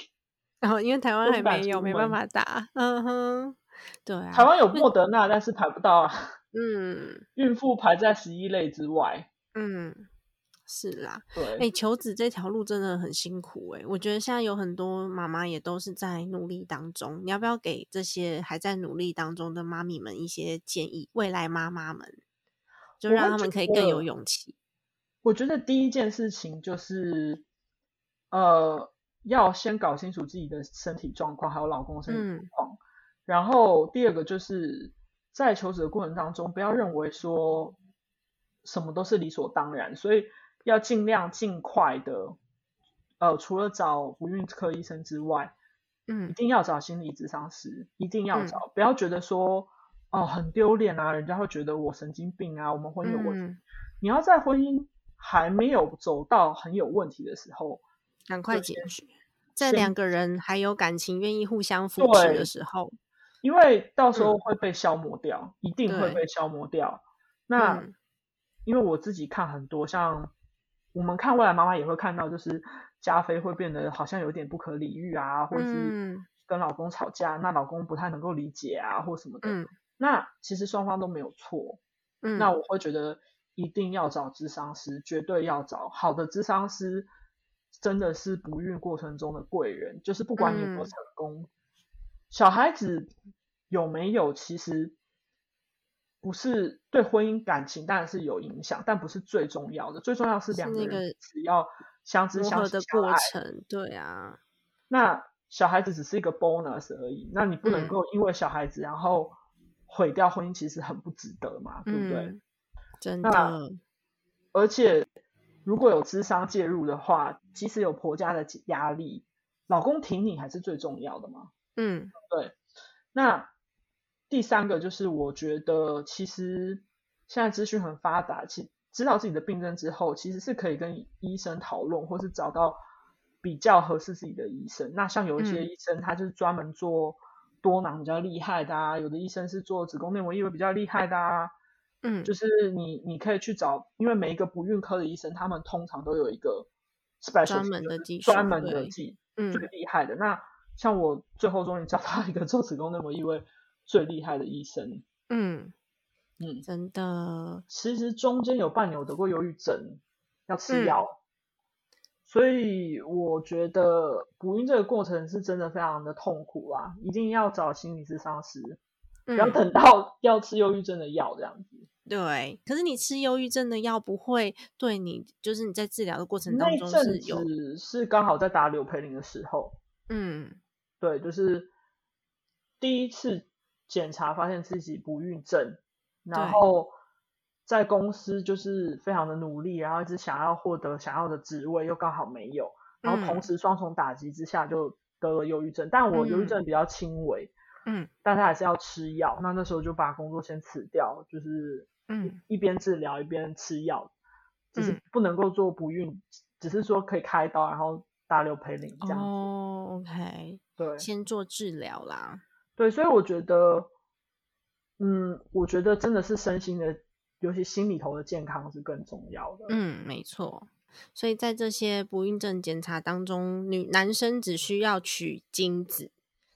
S1: 然后因为台湾
S2: 不
S1: 还
S2: 敢
S1: 没有，
S2: 出
S1: 没办
S2: 门
S1: 法打，嗯哼，对啊，
S2: 台湾有莫德纳，但是排不到啊，
S1: 嗯
S2: 孕妇排在十一类之外。
S1: 嗯，是啦，
S2: 对，
S1: 哎、求子这条路真的很辛苦哎、我觉得现在有很多妈妈也都是在努力当中。你要不要给这些还在努力当中的妈咪们一些建议？未来妈妈们，就
S2: 我
S1: 让
S2: 会
S1: 他
S2: 觉
S1: 们可以更有
S2: 得
S1: 勇气。
S2: 我觉得第一件事情就是，呃，要先搞清楚自己的身体状况，还有老公的身
S1: 嗯
S2: 体状况。然后第二个就是在求职的过程当中，不要认为说什么都是理所当然，所以要尽量尽快的，呃，除了找不孕科医生之外，一
S1: 嗯
S2: 定要找心理咨商师，一定要
S1: 嗯
S2: 找，不要觉得说哦很丢脸啊，人家会觉得我神经病啊，我们婚姻有问题。
S1: 嗯，
S2: 你要在婚姻还没有走到很有问题的时候，
S1: 赶快
S2: 就
S1: 解
S2: 先
S1: 决。在
S2: 先
S1: 两个人还有感情、愿意互相扶持的
S2: 对
S1: 时候，
S2: 因为到时候
S1: 嗯
S2: 会被消磨掉，一定会
S1: 对
S2: 被消磨掉。那、
S1: 嗯
S2: 因为我自己看很多，像我们看未来妈妈也会看到，就是加菲会变得好像有点不可理喻啊，或者是
S1: 嗯
S2: 跟老公吵架，那老公不太能够理解啊，或什么的。
S1: 嗯
S2: 那其实双方都没有错，
S1: 嗯，
S2: 那我会觉得一定要找智商师，绝对要找好的智商师，真的是不孕过程中的贵人，就是不管你有没有
S1: 嗯
S2: 成功，小孩子有没有其实不是对婚姻感情当然是有影响，但不是最重要的，最重要是
S1: 是
S2: 两个
S1: 那
S2: 人
S1: 个
S2: 只要相知
S1: 磨
S2: 相
S1: 合
S2: 惜
S1: 的
S2: 相
S1: 过
S2: 爱，
S1: 程，对啊，
S2: 那小孩子只是一个 bonus 而已，那你不能
S1: 嗯
S2: 够因为小孩子然后毁掉婚姻，其实很不值得嘛，对不对？
S1: 嗯，真
S2: 那
S1: 的，
S2: 而且如果有智商介入的话，即使有婆家的压力，老公挺你还是最重要的嘛。
S1: 嗯
S2: 那第三个就是，我觉得其实现在资讯很发达，其知道自己的病症之后，其实是可以跟医生讨论，或是找到比较合适自己的医生。那像有一些
S1: 嗯
S2: 医生，他就是专门做多囊比较厉害的啊，有的医生是做子宫内膜异位比较厉害的啊，
S1: 嗯，
S2: 就是你你可以去找，因为每一个不孕科的医生，他们通常都有一个 special
S1: 专门的技术
S2: 专门的
S1: 对
S2: 技
S1: 嗯
S2: 最厉害的。那像我最后终于找到一个 (laughs) 做子宫内膜异位最厉害的医生，
S1: 嗯，
S2: 嗯，
S1: 真的，
S2: 其实中间有伴有得过忧郁症，要吃
S1: 嗯
S2: 药，所以我觉得不孕这个过程是真的非常的痛苦啊，一定要找心理咨商师，不要
S1: 嗯
S2: 等到 (laughs) 要吃忧郁症的药这样子。
S1: 对，可是你吃忧郁症的药不会对你，就是你在治疗的过程
S2: 那
S1: 当
S2: 一
S1: 中是
S2: 阵
S1: 有，
S2: 子是刚好在打柳培林的时候，
S1: 嗯
S2: 对，就是第一次检查发现自己不孕症，然
S1: 对
S2: 后在公司就是非常的努力，然后一直想要获得想要的职位，又刚好没有，然后同
S1: 嗯
S2: 时双重打击之下就得了忧郁症，但我忧郁
S1: 嗯
S2: 症比较轻微，
S1: 嗯
S2: 但是还是要吃药，那那时候就把工作先辞掉，就是
S1: 嗯
S2: 一边治疗一边吃药，只是
S1: 嗯
S2: 不能够做不孕，只是说可以开刀，然后打柳培林这样子。
S1: 哦，OK，
S2: 对
S1: 先做治疗啦，
S2: 对，所以我觉得，嗯，我觉得真的是身心的，尤其心里头的健康是更重要的。
S1: 嗯，没错。所以在这些不孕症检查当中，女男生只需要取精子，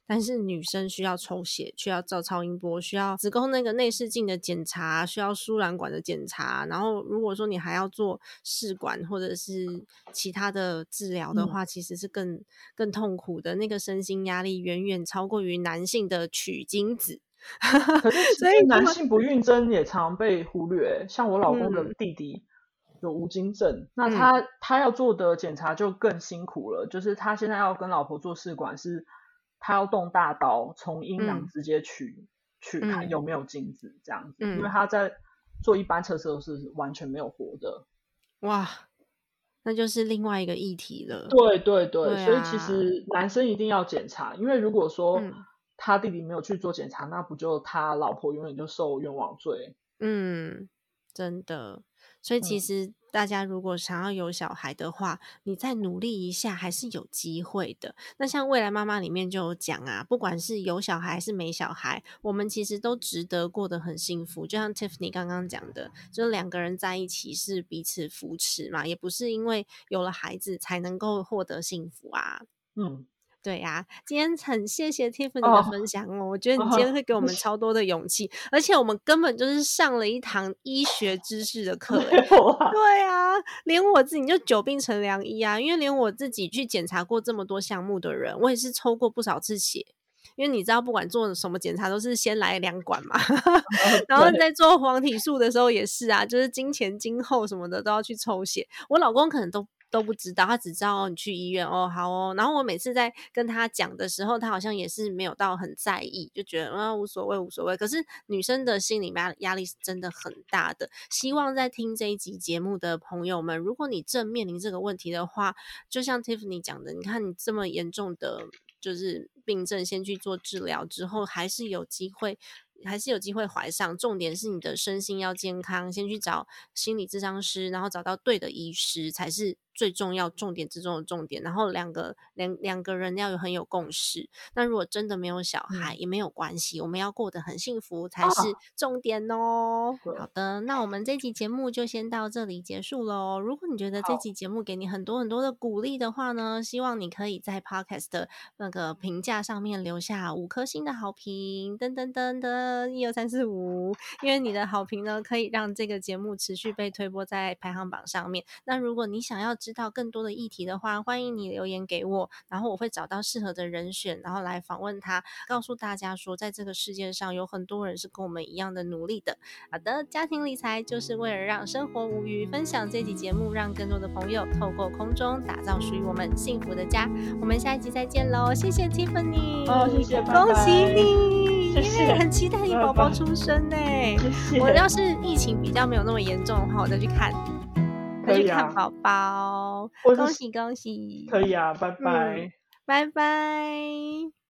S1: 但是女生需要抽血，需要照超音波，需要子宫那个内视镜的检查，需要输卵管的检查。然后如果说你还要做试管或者是其他的治疗的话，其实是更更痛苦的，那个身心压力远远超过于男性的取精子。
S2: 可是其
S1: 所以
S2: 实男
S1: 如果
S2: 性不孕症也常被忽略，欸像我老公的
S1: 嗯
S2: 弟弟有无精症，那
S1: 嗯
S2: 他他要做的检查就更辛苦了，就是他现在要跟老婆做试管是，他要动大刀从阴
S1: 嗯
S2: 囊直接取、取看
S1: 嗯
S2: 有没有精子这样子，因为
S1: 嗯
S2: 他在做一般测试都是完全没有活的。
S1: 哇，那就是另外一个议题了。
S2: 对对对，
S1: 对
S2: 所以其
S1: 啊
S2: 实男生一定要检查，因为如果说
S1: 嗯
S2: 他弟弟没有去做检查，那不就他老婆永远就受冤枉罪？
S1: 嗯，真的。所以其
S2: 嗯
S1: 实大家如果想要有小孩的话，你再努力一下还是有机会的。那像《未来妈妈》里面就有讲啊，不管是有小孩还是没小孩，我们其实都值得过得很幸福。就像 Tiffany 刚刚讲的，就是两个人在一起是彼此扶持嘛，也不是因为有了孩子才能够获得幸福啊。
S2: 嗯，
S1: 对呀、今天很谢谢 Tiffany 的
S2: 哦
S1: 分享哦，我觉得你今
S2: 哦
S1: 天会给我
S2: 不
S1: 们
S2: (laughs)
S1: 超多的勇气，而且我们根本就是上了一堂医学知识的
S2: (laughs)
S1: 课诶。
S2: 没有啊，
S1: 对啊，连我自己就久病成良医啊，因为连我自己去检查过这么多项目的人，我也是抽过不少次血。因为你知道，不管做什么检查，都是先来两管嘛， (laughs) 然后
S2: 对
S1: 在做黄体素的时候也是啊，就是经前、经后什么的都要去抽血。我老公可能都都不知道，他只知道哦你去医院哦，好哦。然后我每次在跟他讲的时候，他好像也是没有到很在意，就觉得啊、无所谓无所谓。可是女生的心理压压力是真的很大的。希望在听这一集节目的朋友们，如果你正面临这个问题的话，就像 Tiffany 讲的，你看你这么严重的就是病症，先去做治疗之后，还是有机会。还是有机会怀上，重点是你的身心要健康，先去找心理咨商师，然后找到对的医师才是最重要重点之中的重点。然后两个两两个人要有很有共识。那如果真的没有小孩、也没有关系，我们要过得很幸福才
S2: 嗯哦
S1: 是重点哦。
S2: 对
S1: 好的，那我们这期节目就先到这里结束喽。如果你觉得这
S2: 好
S1: 期节目给你很多很多的鼓励的话呢，希望你可以在 Podcast 的那个评价上面留下五颗星的好评，噔噔噔噔，一二三四五。因为你的好评呢，可以让这个节目持续被推播在排行榜上面。那如果你想要知道更多的议题的话，欢迎你留言给我，然后我会找到适合的人选，然后来访问他，告诉大家说，在这个世界上有很多人是跟我们一样的努力的。好的，家庭理财就是为了让生活无虞，分享这期节目，让更多的朋友透过空中打造属于我们幸福的家。我们下一集再见喽！谢谢 Tiffany，
S2: 哦谢谢拜
S1: 恭喜
S2: 拜
S1: 你，
S2: 谢谢
S1: 耶很期待你
S2: 拜
S1: 宝宝
S2: 拜
S1: 出
S2: (laughs)
S1: 生呢、
S2: 谢谢，
S1: 我要是疫情比较没有那么严重的话，我再去看，再
S2: 可
S1: 去
S2: 以
S1: 看
S2: 啊，
S1: 宝宝。
S2: 或是
S1: 恭喜恭喜，嗯
S2: 可以啊，拜拜。
S1: 拜拜。